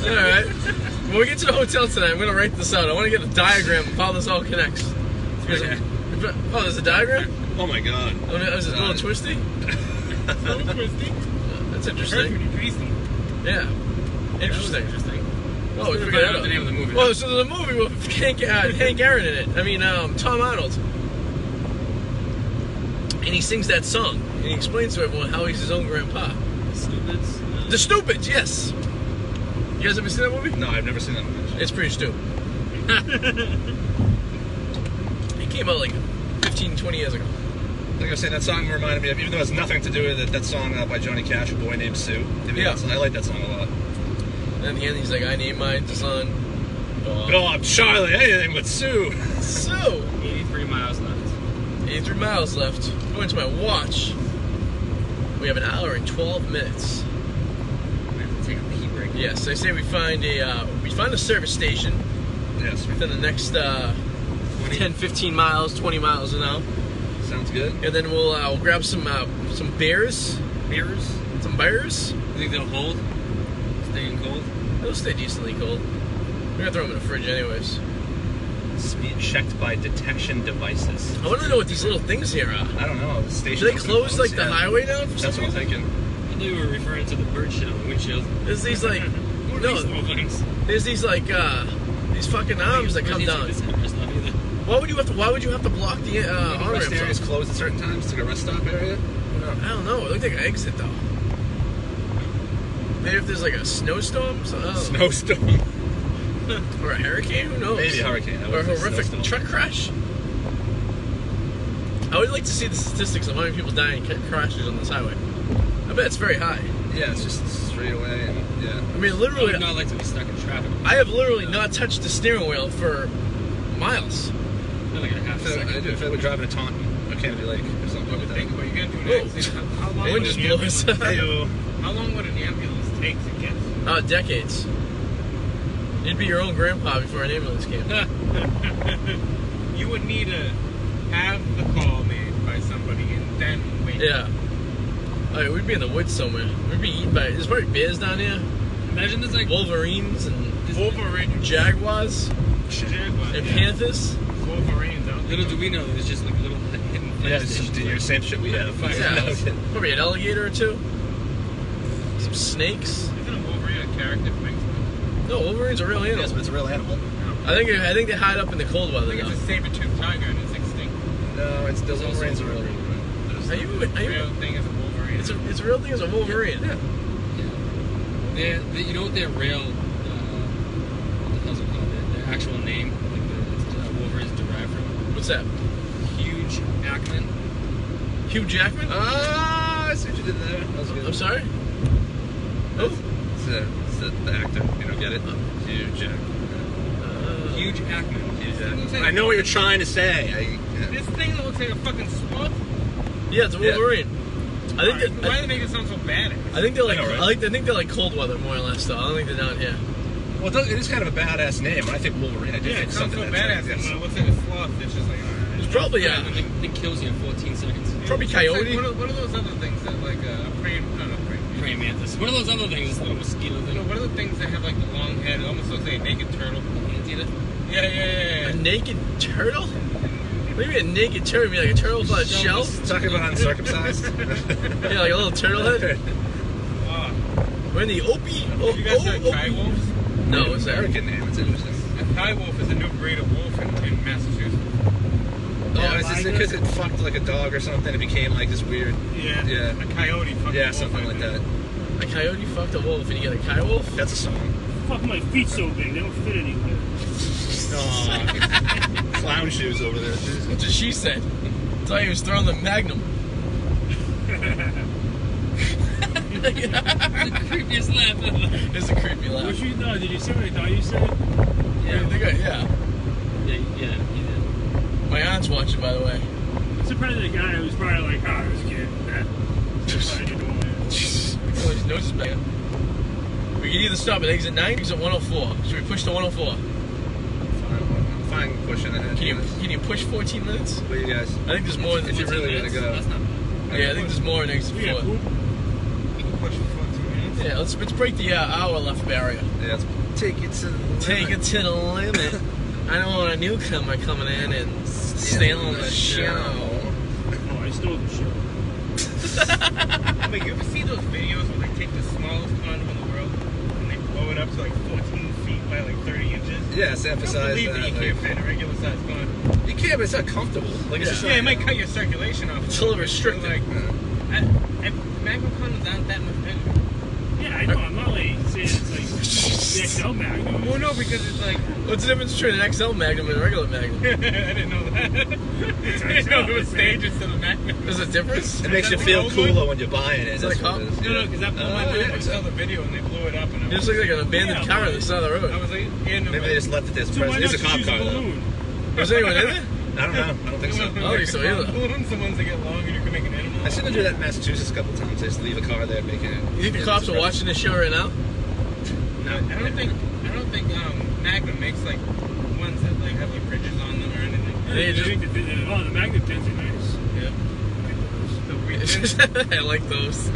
All right. When we get to the hotel tonight, I'm gonna write this out. I want to get a diagram of how this all connects. There's a- Oh, there's a diagram.
Oh my god.
Oh, no, is it a little
[laughs]
twisty?
Yeah. So twisty.
That's
Hurts
interesting.
when you twist them.
Yeah. Interesting.
Interesting.
Oh, we
Could've
figured
found
that
out
out.
the name of the movie.
Well, so the movie with [laughs] Hank, uh, Hank Aaron in it. I mean, um, Tom Arnold. And he sings that song, and he explains to everyone how he's his own grandpa.
His Stupids. Uh,
The Stupids, yes. You guys ever seen that movie?
No, I've never seen that movie.
It's pretty stupid. [laughs] it came out like 15, 20 years ago.
Like I was saying, that song reminded me of, even though it has nothing to do with it, that song uh, by Johnny Cash, A Boy Named Sue. I mean,
Yeah. Oh.
that's- I like that song a lot.
And at the end, he's like, I named my son.
But oh, I'm Charlie, anything but Sue.
So,
83 miles left.
83 miles left. According to my watch, we have an hour and 12 minutes.
We have to take a pee break.
Yes, I say we find a uh, we find a service station
Yes,
within the next uh, 10, 15 miles, 20 miles an hour,
sounds good.
and then we'll uh, we'll grab some uh, some beers,
Beers?
some beers.
You think they'll hold? Staying cold?
They'll stay decently cold. We're gonna throw them in the fridge anyways.
Speed checked by detection devices.
I want to know what these little things here are.
I don't know. The station.
Do they
must be
close like the
yeah.
highway down? For some
That's what I'm
reason?
thinking.
I knew we were referring to the bird shit on the windshield.
There's these like
[laughs] What are
no,
these little things?
there's these like uh, these fucking arms that come
These are
down.
just interest, not either.
Why would you have to? Why would you have to block the uh, arm
rest areas
ramps? off?
closed at certain times. It's like a rest stop area.
I don't know. It looked like an exit though. Maybe if there's like a snowstorm, so, I don't know.
[laughs] Snowstorm.
or a hurricane. Who knows?
Maybe a hurricane. I
Or a
wouldn't say
horrific
snowstorm.
truck crash. I would like to see the statistics of how many people die in ca- crashes on this highway. I bet it's very high.
Yeah, it's just straight away. And, yeah.
I mean,
I
literally,
would not like to be stuck in traffic.
I have literally not touched the steering wheel for miles.
I feel like I have
I
to.
feel like, I do. I feel like we're driving to Taunton or Kennedy Lake or something like
Think
that.
what you gotta do next. is How how long,
Wind
would
just
an ambulance,
blows.
Heyo.
how long would an ambulance take to get?
Oh, decades. You'd be your own grandpa before an ambulance came. [laughs]
You would need to have the call made by somebody and then wait.
Yeah. Like, we'd be in the woods somewhere. We'd be eaten by. There's probably bears down here.
Imagine there's like
Wolverines and
Wolverine.
jaguars
Jaguar,
and
yeah.
panthers.
Wolverines. I don't
little
think
do we know there's just like little hidden fire
Yeah, it's just
stations,
the
like-
same shit we have.
Fire
Yeah.
stations.
Probably an alligator or two. Some snakes.
Isn't a Wolverine a character that makes sense?
No, Wolverines are real
Yes,
animals.
but it's a real animal.
I think I think they hide up in the cold
I
weather.
think
Now.
it's a saber-toothed tiger and it's extinct.
No, it's there's also rains are
Are you? Are
The real
you?
thing is a Wolverine.
It's a, it's a real thing. It's a Wolverine.
Yeah. They're, they, you know what their real, uh, what the hell's it called? Their, their actual name, like the, uh, Wolverine's derived from?
What's that?
Huge Ackman.
Hugh Jackman?
Uh,
Ah, I see what you did there. That was good.
I'm sorry. Oh.
It's the, it's the, the actor. You don't get it. Hugh Jack.
Uh,
Huge Ackman.
Jack.
I know what you're trying to say. I, yeah.
This thing that looks like a fucking swamp.
yeah, it's a
Yeah.
Wolverine. I think that,
Why do they make it sound so bad?
I think they're like
I know, right?
I like I think they're like cold weather more or less though. I don't think they're down here.
Well, it does- it is kind of a badass name. When I think Wolverine, I do
Yeah,
think
it sounds
something
so
that's
badass.
like,
When
yes.
it looks like a sloth, it's just like. alright.
It's probably
Yeah.
uh,
It, it kills you in 14 seconds.
Probably
It's like
coyote.
What are, what are those other things that like uh, a praying? No, not praying.
Praying mantis. What are those other things? This little mosquito
You know,
thing. [laughs]
what are the things that have like the long head? It almost looks like a naked turtle.
Anteater.
Yeah, yeah, yeah.
a
yeah.
naked turtle. Maybe a naked turtle, maybe like a turtle without a shell.
Talking about
[laughs]
uncircumcised.
Yeah, like a little turtle head.
Oh.
We're in the Opie. Oh,
Have you guys
oh,
heard
Opie-
Thai wolves?
No, is that?
American name. It's interesting.
A Thai wolf is a new breed of wolf in, in Massachusetts.
oh, is it because it fucked like a dog or something? It became like this weird.
Yeah.
Yeah.
A coyote. fucking
Yeah,
wolf,
something
I
like
think.
that.
A coyote fucked a wolf, and you got a coyote wolf.
That's a song.
Fuck, my feet so big, they don't fit anywhere.
Oh,
Clown shoes over there.
That's what she said. I thought he was throwing the magnum.
Creepiest laugh [laughs] ever.
It's a creepy laugh.
What you thought? Did you say what I thought you said?
Yeah, I think I- yeah.
Yeah, yeah, you did.
My aunt's watching, by the way.
I'm surprised the guy was probably like, ah, I was kidding. That. I didn't want it.
[laughs]
Oh, his nose is bad. We can either stop at exit 9 or exit 104. Should we push to 104?
[laughs] Fine pushing it.
Can you can you push 14 minutes?
What do you guys?
I think there's more than
If you really gotta
That's,
go.
that's not bad.
Yeah, I think there's more in exit
We got
4.
poop.
Push it for 14 minutes.
Yeah, let's, let's break the uh, hour left barrier.
Yeah, it's, take it to the
Take it
limit.
to the limit. [laughs] I don't want a newcomer coming in and stealing the show.
Oh, I stole the show.
I mean, you ever see those videos where they take the smallest condom in the world and they blow it up to like 14 feet by like 30 inches?
Yes,
I
emphasize
don't believe that you
like-
can't fit a regular size condom.
You can't, but it's not comfortable. Like it's just
Yeah, it might cut your circulation off.
It's a little restricted.
Like, I, I, macro condoms aren't that much bigger.
Yeah, I know. I'm not like saying
[laughs]
it's like the XL Magnum.
Well, no, because it's like [laughs]
What's the difference between an XL Magnum and a regular Magnum?
I didn't know that. [laughs] I didn't know it was stage instead of Magnum.
There's a difference?
It makes you
that the
feel
gold one?
cooler when you're buying it.
Is that
That's
a
what it
cup?
is.
No, no, because that blew my
Oh,
mind.
yeah.
I saw the video and they blew it up, and I
You just
was,
look like an abandoned
Yeah,
car on the side of the
I
road.
was like, in the
Maybe they just left it there as a
So why
present. It's a
not just
cop
use
car,
a
though.
balloon?
Was anyone in
[laughs]
it?
I don't know. I don't think so.
[laughs] Oh, so either.
Balloons, the ones that get long and you can make an animal.
I seen them do that in Massachusetts a couple times. They just leave a car there, making it.
You think the cops are watching this show right now?
No, I don't think I don't think um, Magnum makes like ones that like have like bridges on them or anything.
They
I
just-
think the, the, oh, the Magnum pins are nice.
Yeah. The
[laughs]
weird things.
I like those.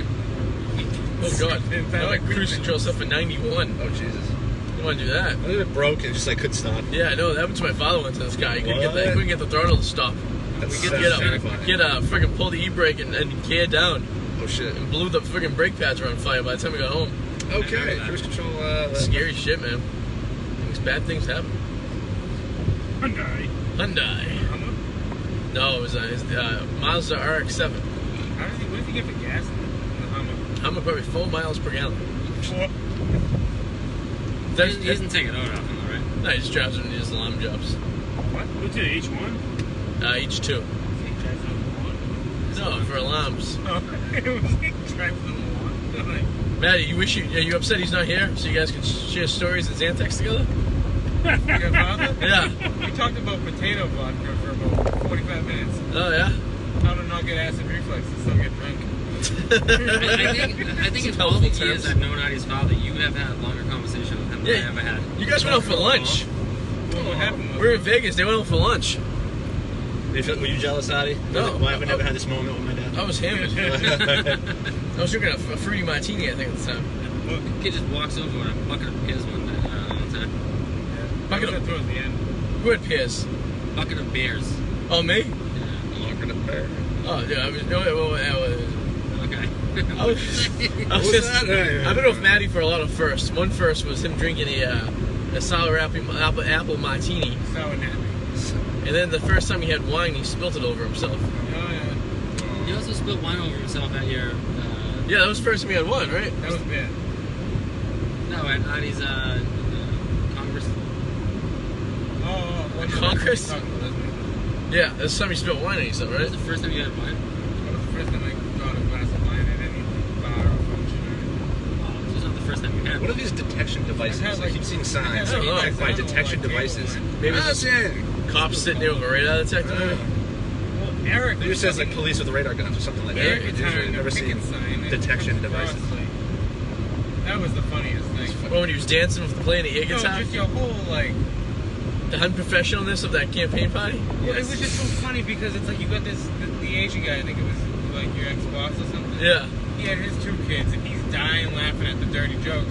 Oh god. I like cruise control stuff in 91.
Oh Jesus!
You want to do that?
I think it broke and just like couldn't stop.
Yeah, I know. That happened to my father once in this guy. He couldn't get,
What?
the, he couldn't get the throttle to stop.
That's
Get,
sounds
get up.
terrifying.
Get up. Freaking pull the e brake and, and gear down.
Oh shit!
And blew the freaking brake pads were on fire by the time we got home.
Okay, cruise control. Uh,
Scary shit, man. Things, bad things happen.
Hyundai.
Hyundai.
How much?
No, it was a it's, uh, Mazda RX-7.
How does he? What does he get for gas? in the Hummer?
I'm at probably four miles per gallon.
Four.
He
That's,
doesn't, he doesn't take it out
[laughs]
often, though, right?
no, he just drives in his alarm jobs.
What's it, H1?
Uh, each two.
He drives on
No, for alarms.
the lawn. Oh, it was he drives on the lawn. I'm like,
Maddie, you wish you are you upset he's not here so you guys can share stories and Zantex together?
your father?
Yeah.
We talked about potato vodka for about 45 minutes.
[laughs] Oh yeah. [laughs]
How to not get acid reflux and still get drunk.
I, I think, I think in all the
Helpful
years
terms.
I've known Addie's father, you have had longer conversation with him than
Yeah.
I ever had.
You guys went out for lunch.
Well, what happened was
We were in Vegas. They went out for lunch.
You feel- Were you jealous, Adi?
No. Oh,
Why have I never had this moment with my dad?
[laughs]
I was hammered. I was drinking a, a fruity martini, I think, at the time.
Kid just walks over with a bucket of beers one day. Uh, one time.
That was towards the end.
Who had Pierce?
Bucket of beers.
Oh me?
Longer than bear.
Oh yeah. I was. No, it wa- it was- [laughs]
Okay.
I
[laughs]
was, I
What
was
was
just.
that? Hey, hey,
I've been with
hey.
Maddie for a lot of firsts. One first was him drinking a uh, a sour apple, apple apple martini,
Sour nappy.
and then the first time he had wine, he spilt it over himself.
Oh, yeah.
He also spilled wine over himself at your. Uh,
Yeah, that was the first time he had wine, right?
That was bad.
No, at Addie's uh, uh, Congress.
Oh, oh, oh,
The Congress?
That was
Yeah, that's the time he spilled wine on himself,
That was
right?
the first time you had wine.
the first time I got a glass of wine at any bar or function.
Oh, this was not the first time you had
What are
wine.
these detection devices?
I've had,
I
like-
keep seeing
I've had,
signs.
like,
like, by
like,
detection
like,
devices.
cable
Maybe it's
Allison!
cops sitting there with a radar detector.
Well, Eric
It just says like police with radar guns or something like that.
Eric
It's
is
usually
having
never
a
seen
picket sign. and
detection
it comes across,
devices.
like- That was the funniest thing.
Well, when he was dancing with the plane at
No,
Yakutat,
just your whole like.
the unprofessionalness of that campaign party.
Well, it was just so funny because it's like you got this the, the Asian guy. I think it was like your ex boss or something.
Yeah.
He had his two kids, and he's dying laughing at the dirty jokes.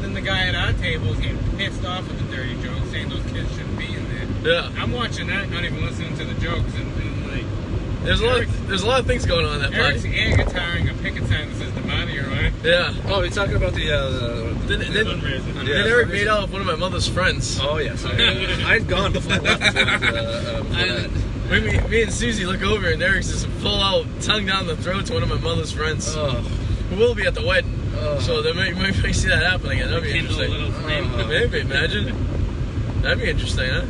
Then the guy at our table is getting pissed off at the dirty jokes, saying those kids shouldn't be in there.
Yeah.
I'm watching that, not even listening to the jokes, and, and like
There's a lot. Of, there's a lot of things going on in that
Eric's
party.
air guitaring a picket sign that says "Demani," you're right.
Yeah.
Oh, you're talking about the. Uh,
Then, then, then
Fundraiser.
yeah,
Eric
fundraiser.
made out with one of my mother's friends.
Oh yes, I, uh, I'd gone before I [laughs] left. Before, uh, uh, before
I-
that.
We, me, me and Susie look over, and Eric's just full out tongue down the throat to one of my mother's friends
Oh,
who will be at the wedding.
Oh.
so they may, may, may see that happen again. That'd be
Kindle a
interesting.
little
Uh-huh.
Uh,
flame.
Maybe imagine. That'd be interesting, huh?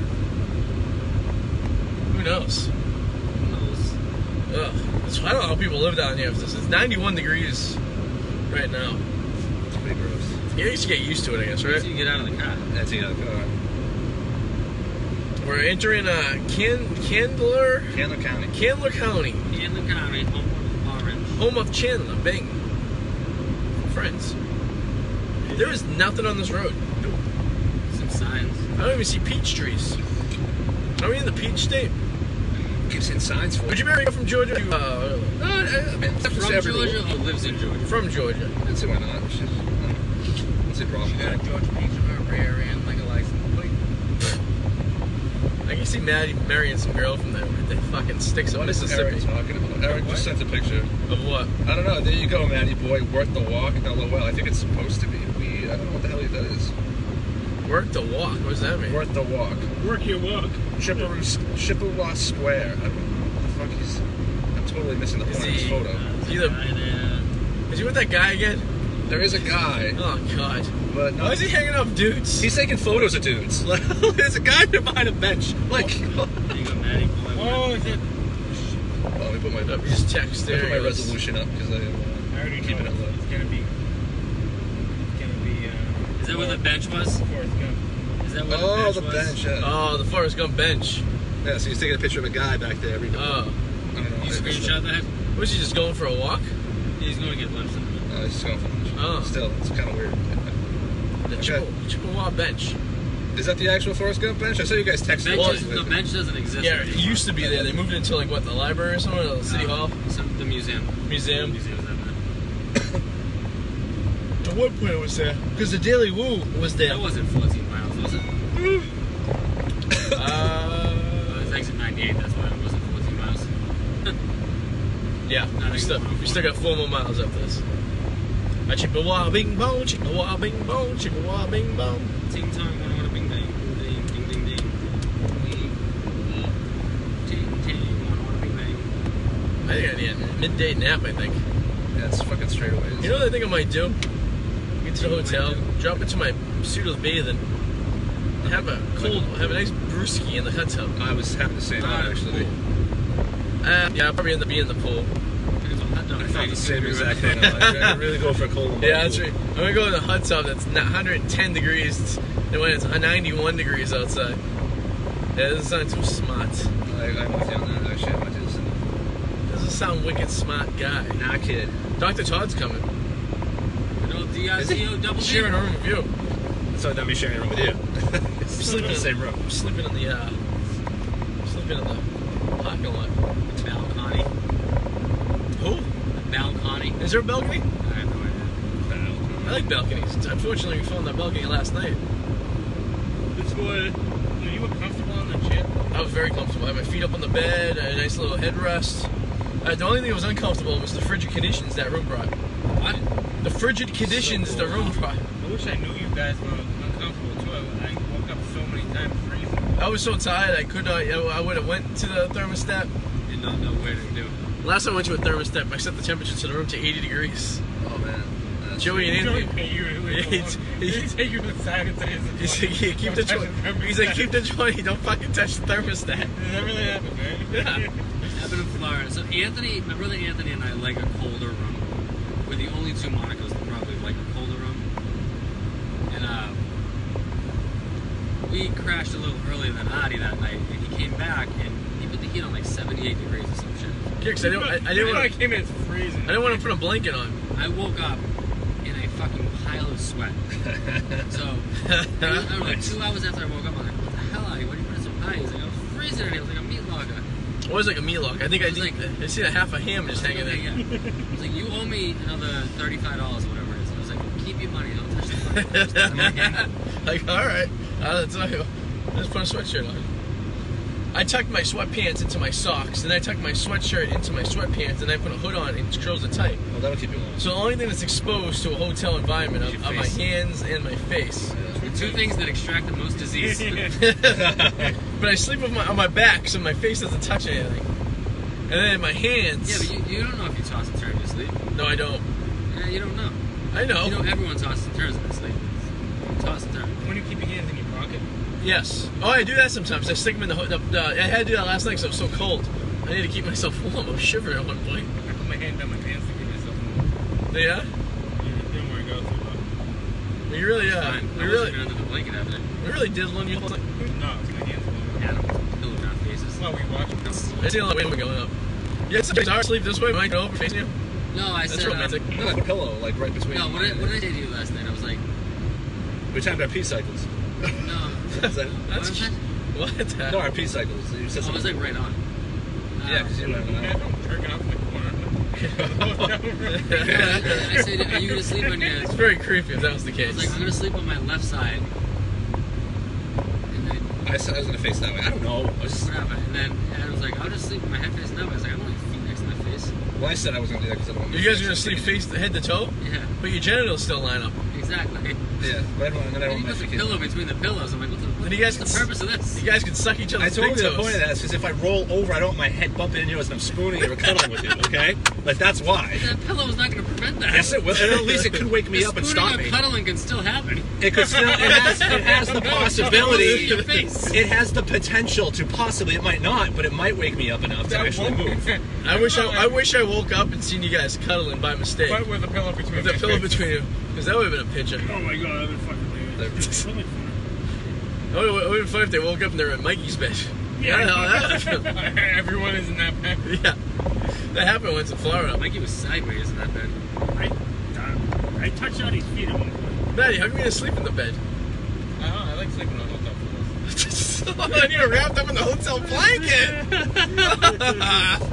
Who knows?
Who knows?
Ugh. It's, I don't know how people live down here. It's, it's 91 degrees right now.
it's pretty gross.
You used to get used to it, I guess,
Once
right?
you get out of the car.
That's yeah. Uh,
We're entering uh, Can- Candler,
Candler County.
Candler County,
In the county, home of orange.
home of Chandler, Bing, friends. There is nothing on this road.
Some signs.
I don't even see peach trees. Are we in the peach state?
Keeps in signs for.
Would
it.
you marry a girl from Georgia? to, uh,
No, I I mean, it's
From
just everywhere.
Georgia or lives in Georgia?
from Georgia.
I'd say why not? It's just, uh, it's a problem.
Got a George Peach of a rear end, like a license plate.
I can see Maddie marrying some girl from there. That fucking sticks of
What is Eric
Mississippi.
talking about? Eric just sent a picture.
Of what?
I don't know. There you go, Matty boy. Worth the walk. LOL. I think it's supposed to be. We. I don't know what the hell that is.
Work to walk. What does that mean?
Worth the walk.
Work your walk.
Chippewa, Chippewa Square. I don't know. What the fuck he's. I'm totally missing the
Is
point of this
he-
photo.
Uh,
Either-
guy there.
Is he with that guy again?
There is a guy,
Oh god.
but no,
Why is he hanging up dudes?
He's taking photos of dudes. Like, There's a guy behind a bench. Like,
[laughs] There you go, Maddie. Boy,
Oh, is it?
oh, let me put my,
Let me just text
let me
there.
put my
he goes.
resolution up because I.
I already
Keep
know
it up.
It's gonna be. It's gonna be. Uh,
Is that where the bench was?
Forrest Gump.
Is that where
Oh, the
the bench was?
bench. Yeah.
Oh, the Forrest Gump bench.
yeah, so he's taking a picture of a guy back there. Every,
Oh.
I don't know.
You
I- I-
screenshot that?
Was he just going for a walk?
He's going to get lunch.
No, he's going for lunch.
Oh.
Still, it's kind of weird. [laughs]
The
Okay.
Chippewa, Chippewa bench.
Is that the actual Forrest Gump bench? I saw you guys
The
texted.
bench,
me.
is, the bench doesn't exist.
Yeah, it used to be there. They moved it into like what the library or somewhere, or the city hall,
Some, the museum.
museum.
Museum's that bad.
At what point was there? Because the Daily Woo was there.
That wasn't 14 miles, was it?
Uh,
It was exit 98, that's why it wasn't 14 miles.
yeah, we still, we still got four more miles up this. A Chippewa bing bong, Chippewa bing bong, Chippewa bing bong.
Ting tong, one one, bing bang, ding ding ding ding. Ding, ting ting, one one, bing bang.
I think I need a midday nap. I think.
Yeah, it's fucking straightaways.
You know what I think I might do? Get to the hotel, drop into my pseudo bathing, and have a cold, have a nice brewski in the hot tub.
I was happy to say that
Ah,
actually.
Uh, yeah, I'll probably end up being in the pool.
There's a hot dog.
I felt the
fight.
same exact thing. I'm like, I could really go for a cold. [laughs] and
Yeah,
cold.
that's right. I'm gonna go in the hot tub that's not 110 degrees, and when it's 91 degrees outside. Yeah, this sounds too smart.
Like, I'm with you on that. Actually, I might do this.
Doesn't sound wicked smart guy.
Nah, kid.
Dr. Todd's coming.
No DRCO double D.
Sharing a room with you.
so that'd be sharing a room with you. Sleep in the same room.
I'm sleeping in the uh, I'm sleeping in the parking lot.
Balcony.
Who?
Balcony.
Is there a balcony?
I have no idea.
I like balconies. Unfortunately, we filmed that balcony last night.
This was. Were you comfortable on the jet?
I was very comfortable. I had my feet up on the bed, I had a nice little headrest. Uh, the only thing that was uncomfortable was the frigid conditions that room brought.
What?
The frigid conditions the room brought.
I wish I knew you guys were uncomfortable too. I, I woke up so many times freezing.
I was so tired I could not. I would have went to the thermostat.
Did not know where to do it.
Last time I went to a thermostat, I set the temperature to the room to 80 degrees.
Oh man. That's
Joey and
Joey,
Anthony.
you
[laughs]
really
It's-
don't- you
it's-
[laughs] take you aside and say
He's
it's a
like,
joint.
"Yeah, keep the
Don't touch the
20. He's like,
thermostat." [laughs]
keep the 20. Don't fucking touch the thermostat.
Did that really happen,
[laughs]
man? [laughs]
Happened in Florida. So Anthony, my brother Anthony and I like a colder room. We're the only two Monaco's that probably like a colder room. And uh, we crashed a little earlier than Adi that night, and he came back and he put the heat on like 78 degrees or some shit.
Yeah, 'cause I didn't. I, I didn't
I
want.
came in, it's freezing.
I didn't want to put a blanket on.
I woke up in a fucking pile
[laughs]
of sweat. so I don't know, like two hours after I woke up, I'm like, what the hell are you? What are you putting so high? He's like, "Oh, I was freezing and it was like a meat locker.
I was like a meat lock. I think I
It was
did.
like-
I seen a half a ham just hanging
Okay,
there.
yeah. He's like, you owe me another thirty-five dollars or whatever it is. And I was like, keep your money, don't touch the
[laughs]
fucking money.
like, all right. I'll tell you. I just put a sweatshirt on. I tucked my sweatpants into my socks, then I tucked my sweatshirt into my sweatpants, and I put a hood on and curls it tight.
Well, that'll keep you warm.
So the only thing that's exposed to a hotel environment are,
Your
are my
face.
hands and my face.
The two things that extract the
[laughs]
most disease.
But I sleep with my, on my back, so my face doesn't touch anything. And then my
Yeah,
hands.
but you, you don't know if you toss and turn in your sleep.
no, I don't.
Yeah, you don't know.
I know.
You know everyone tosses and turns in their sleep. Toss and turn.
When you keep your hands in your pocket.
yes. Oh, I do that sometimes. I stick them in the, ho- the, the. I had to do that last night because I was so cold. I need to keep myself [laughs] warm. I'm shivering at one point.
I put my hand down my pants to give myself a
Yeah.
Didn't work out too well.
We really, uh,
Fine.
we
I
really,
wasn't even under the blanket after that.
we really did one. You.
No, it's my hands blowing.
Animals pillowed on
That's
faces.
why we watch [laughs] it.
It's the only way we're going up. Yeah, it's I sleep this way. Might go over facing you.
No, I
That's
said.
romantic.
Um,
No, like a pillow, like right between.
no, what did, what did I say to you last night? I was like,
We talked about pee cycles. [laughs]
no.
Is that-
What was
cute.
that?
[laughs] What the?
no, our pee cycles. You said
I was
something.
like right on.
yeah,
Um,
because you don't have an hour.
Imagine jerking off in the corner. of the hotel room.
[laughs]
[laughs]
I said, are you gonna sleep on your?
It's very creepy if that was the
I
case.
was like, I'm gonna sleep on my left side. And then
I said I was gonna face that way. I don't know. I was just,
whatever. And then and I was like, I'll just sleep with my head facing that way. I was like, I don't want feet next to my face. [laughs]
well, I said I was gonna do that because I don't. want
you guys are gonna sleep face head to toe,
Yeah,
but your genitals still line up.
exactly.
Yeah, but I don't. And then I
And
don't
you
want
put the
my kid.
pillow between the pillows. I'm like, what the what
Then you guys can
What's the purpose of this?
you guys can suck each
I
other's
told
big
you the
toes.
point of that is because if I roll over, I don't want my head bumping into yours and I'm spooning you or cuddling with you, okay? Like, that's
[laughs]
why.
[laughs] That pillow is not going to prevent that.
Yes, it will. And at least it could wake me
The
up and
spooning
stop me.
cuddling can still happen.
It could still, it has, it has the
[laughs] Ability.
possibility.
Your face.
It has the potential to possibly, it might not, but it might wake me up enough to actually move.
[laughs]
I wish I, I wish I woke up and seen you guys cuddling by mistake
But with a pillow between
with a
my
pillow
legs.
between you, because that would have been a picture.
Oh my god, I've been fucking hilarious. Really funny.
It would have been funny if they woke up and they were in Mikey's bed. [laughs] Yeah, that happened.
[laughs] Everyone is in that bed.
[laughs] yeah, that happened once in Florida.
Mikey was sideways in that bed.
I, uh, I touched on his feet at one point.
Maddie, how come you didn't sleep in the bed? [laughs]
I don't know, Uh-huh, I like sleeping on hotel floors.
and you're wrapped up in the hotel blanket.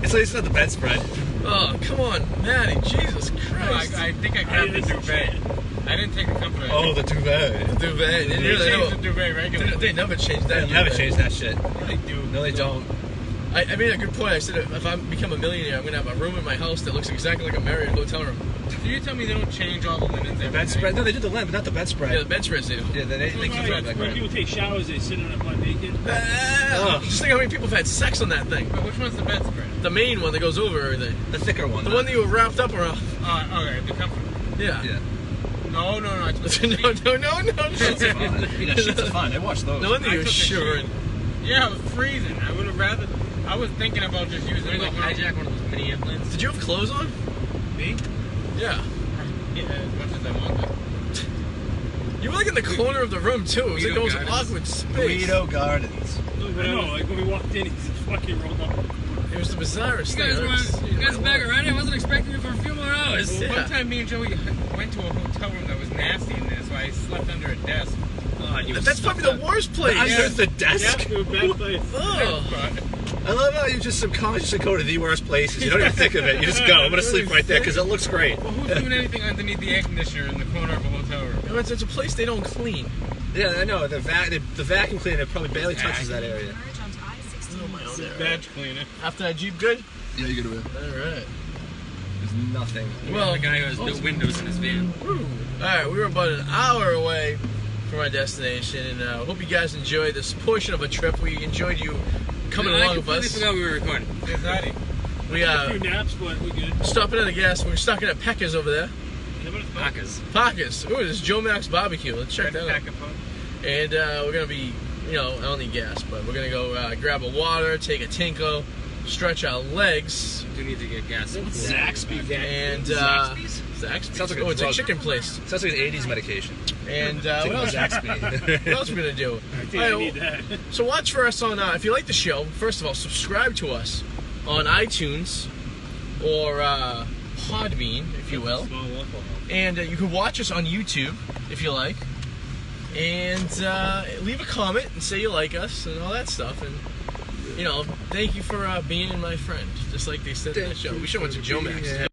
It's like it's not the bedspread.
oh, come on, Maddie. Jesus
No, I,
Christ.
I think I grabbed the
didn't
duvet. I didn't take the comforter.
Oh, the duvet.
duvet. And
they
you're
change the
like,
duvet
oh,
regularly.
they, they never changed that.
They'll never
duvet.
change that shit.
they do.
No, they don't.
I, I made a good point. I said if I become a millionaire, I'm gonna have a room in my house that looks exactly like a Marriott hotel room.
Do you tell me they don't change all the linens?
The
every
bedspread.
night?
No, they did the lamp, but not the bedspread.
Yeah, the bedspreads they do.
Yeah, they, they, they keep
Well,
it back
when
right.
people take showers, they sit on it butt naked.
Ah,
Ugh.
just think how many people have had sex on that thing.
But which one's the bedspread?
The main one that goes over everything.
The thicker one.
The one that you were wrapped up around.
Uh, okay, the comforter.
Yeah.
Yeah.
No, no, no. I took the
[laughs] no, no, no,
[laughs]
no,
Sheets are
no.
fine. Yeah, sheets are fine. I watched those.
The one that
I
you were
took the
sure
sheet. Yeah, I was freezing. I would have rather. I was thinking about just using
We're
like
going to hijack one of those mini airplanes.
Did you have clothes on?
me.
Yeah.
Yeah, as much as I wanted.
You were like in the corner of the room too. It was like the
Guido
most
Gardens.
awkward space.
Guido Gardens.
No, but I know, like when we walked in, he's fucking rolled up.
It was the bizarrest
You
thing. I've
guys,
ever
were,
seen in
you guys
my
back
life.
already? I wasn't expecting you for a few more hours.
Yeah.
Well, One time, me and Joey went to a hotel room that was nasty in there, so I slept under a desk.
Oh, you
That's probably the worst place.
Under the
Yeah,
desk.
to a bad place.
Oh.
Ugh.
But
I love how you just subconsciously go to the worst places. You don't even think of it. You just go. I'm gonna sleep right there because it looks great.
well, who's doing anything underneath the air conditioner in the corner of a hotel room?
You know, It's, it's a place they don't clean.
Yeah, I know. The, vac- the, the vacuum cleaner probably barely touches that area.
Badge cleaner.
After that Jeep good?
Yeah, you're gonna win.
Alright.
There's nothing.
Well,
the guy who has no windows in his van.
Alright, we were about an hour away from our destination, and uh, hope you guys enjoyed this portion of a trip. We enjoyed you coming
I
along with
completely
us.
forgot we were recording.
There's Zaddy.
We
A
uh,
few naps, but we good.
stopping at a gas. We're stopping at Pecker's over there.
Packers.
Pockets. Ooh, this is Joe Max Barbecue. Let's check
Red
that out.
pack of fun.
And uh, we're gonna be, you know, I don't need gas, but we're gonna go uh, grab a water, take a tinko, stretch our legs,
Do need to get gas.
Zaxby.
and uh, Zaxby's.
Sounds like a
oh, it's a
drug.
chicken place.
Sounds like an 80s medication.
And uh, what else?
Zaxby.
[laughs] What else are we gonna do?
I think
All
I
right,
need that.
So watch for us on. Uh, if you like the show, first of all, subscribe to us on iTunes or uh, Podbean, if you will, and uh, you can watch us on YouTube if you like, and uh, leave a comment and say you like us and all that stuff. And you know, thank you for uh, being my friend, just like they said in the show. We should have went to Joe Max.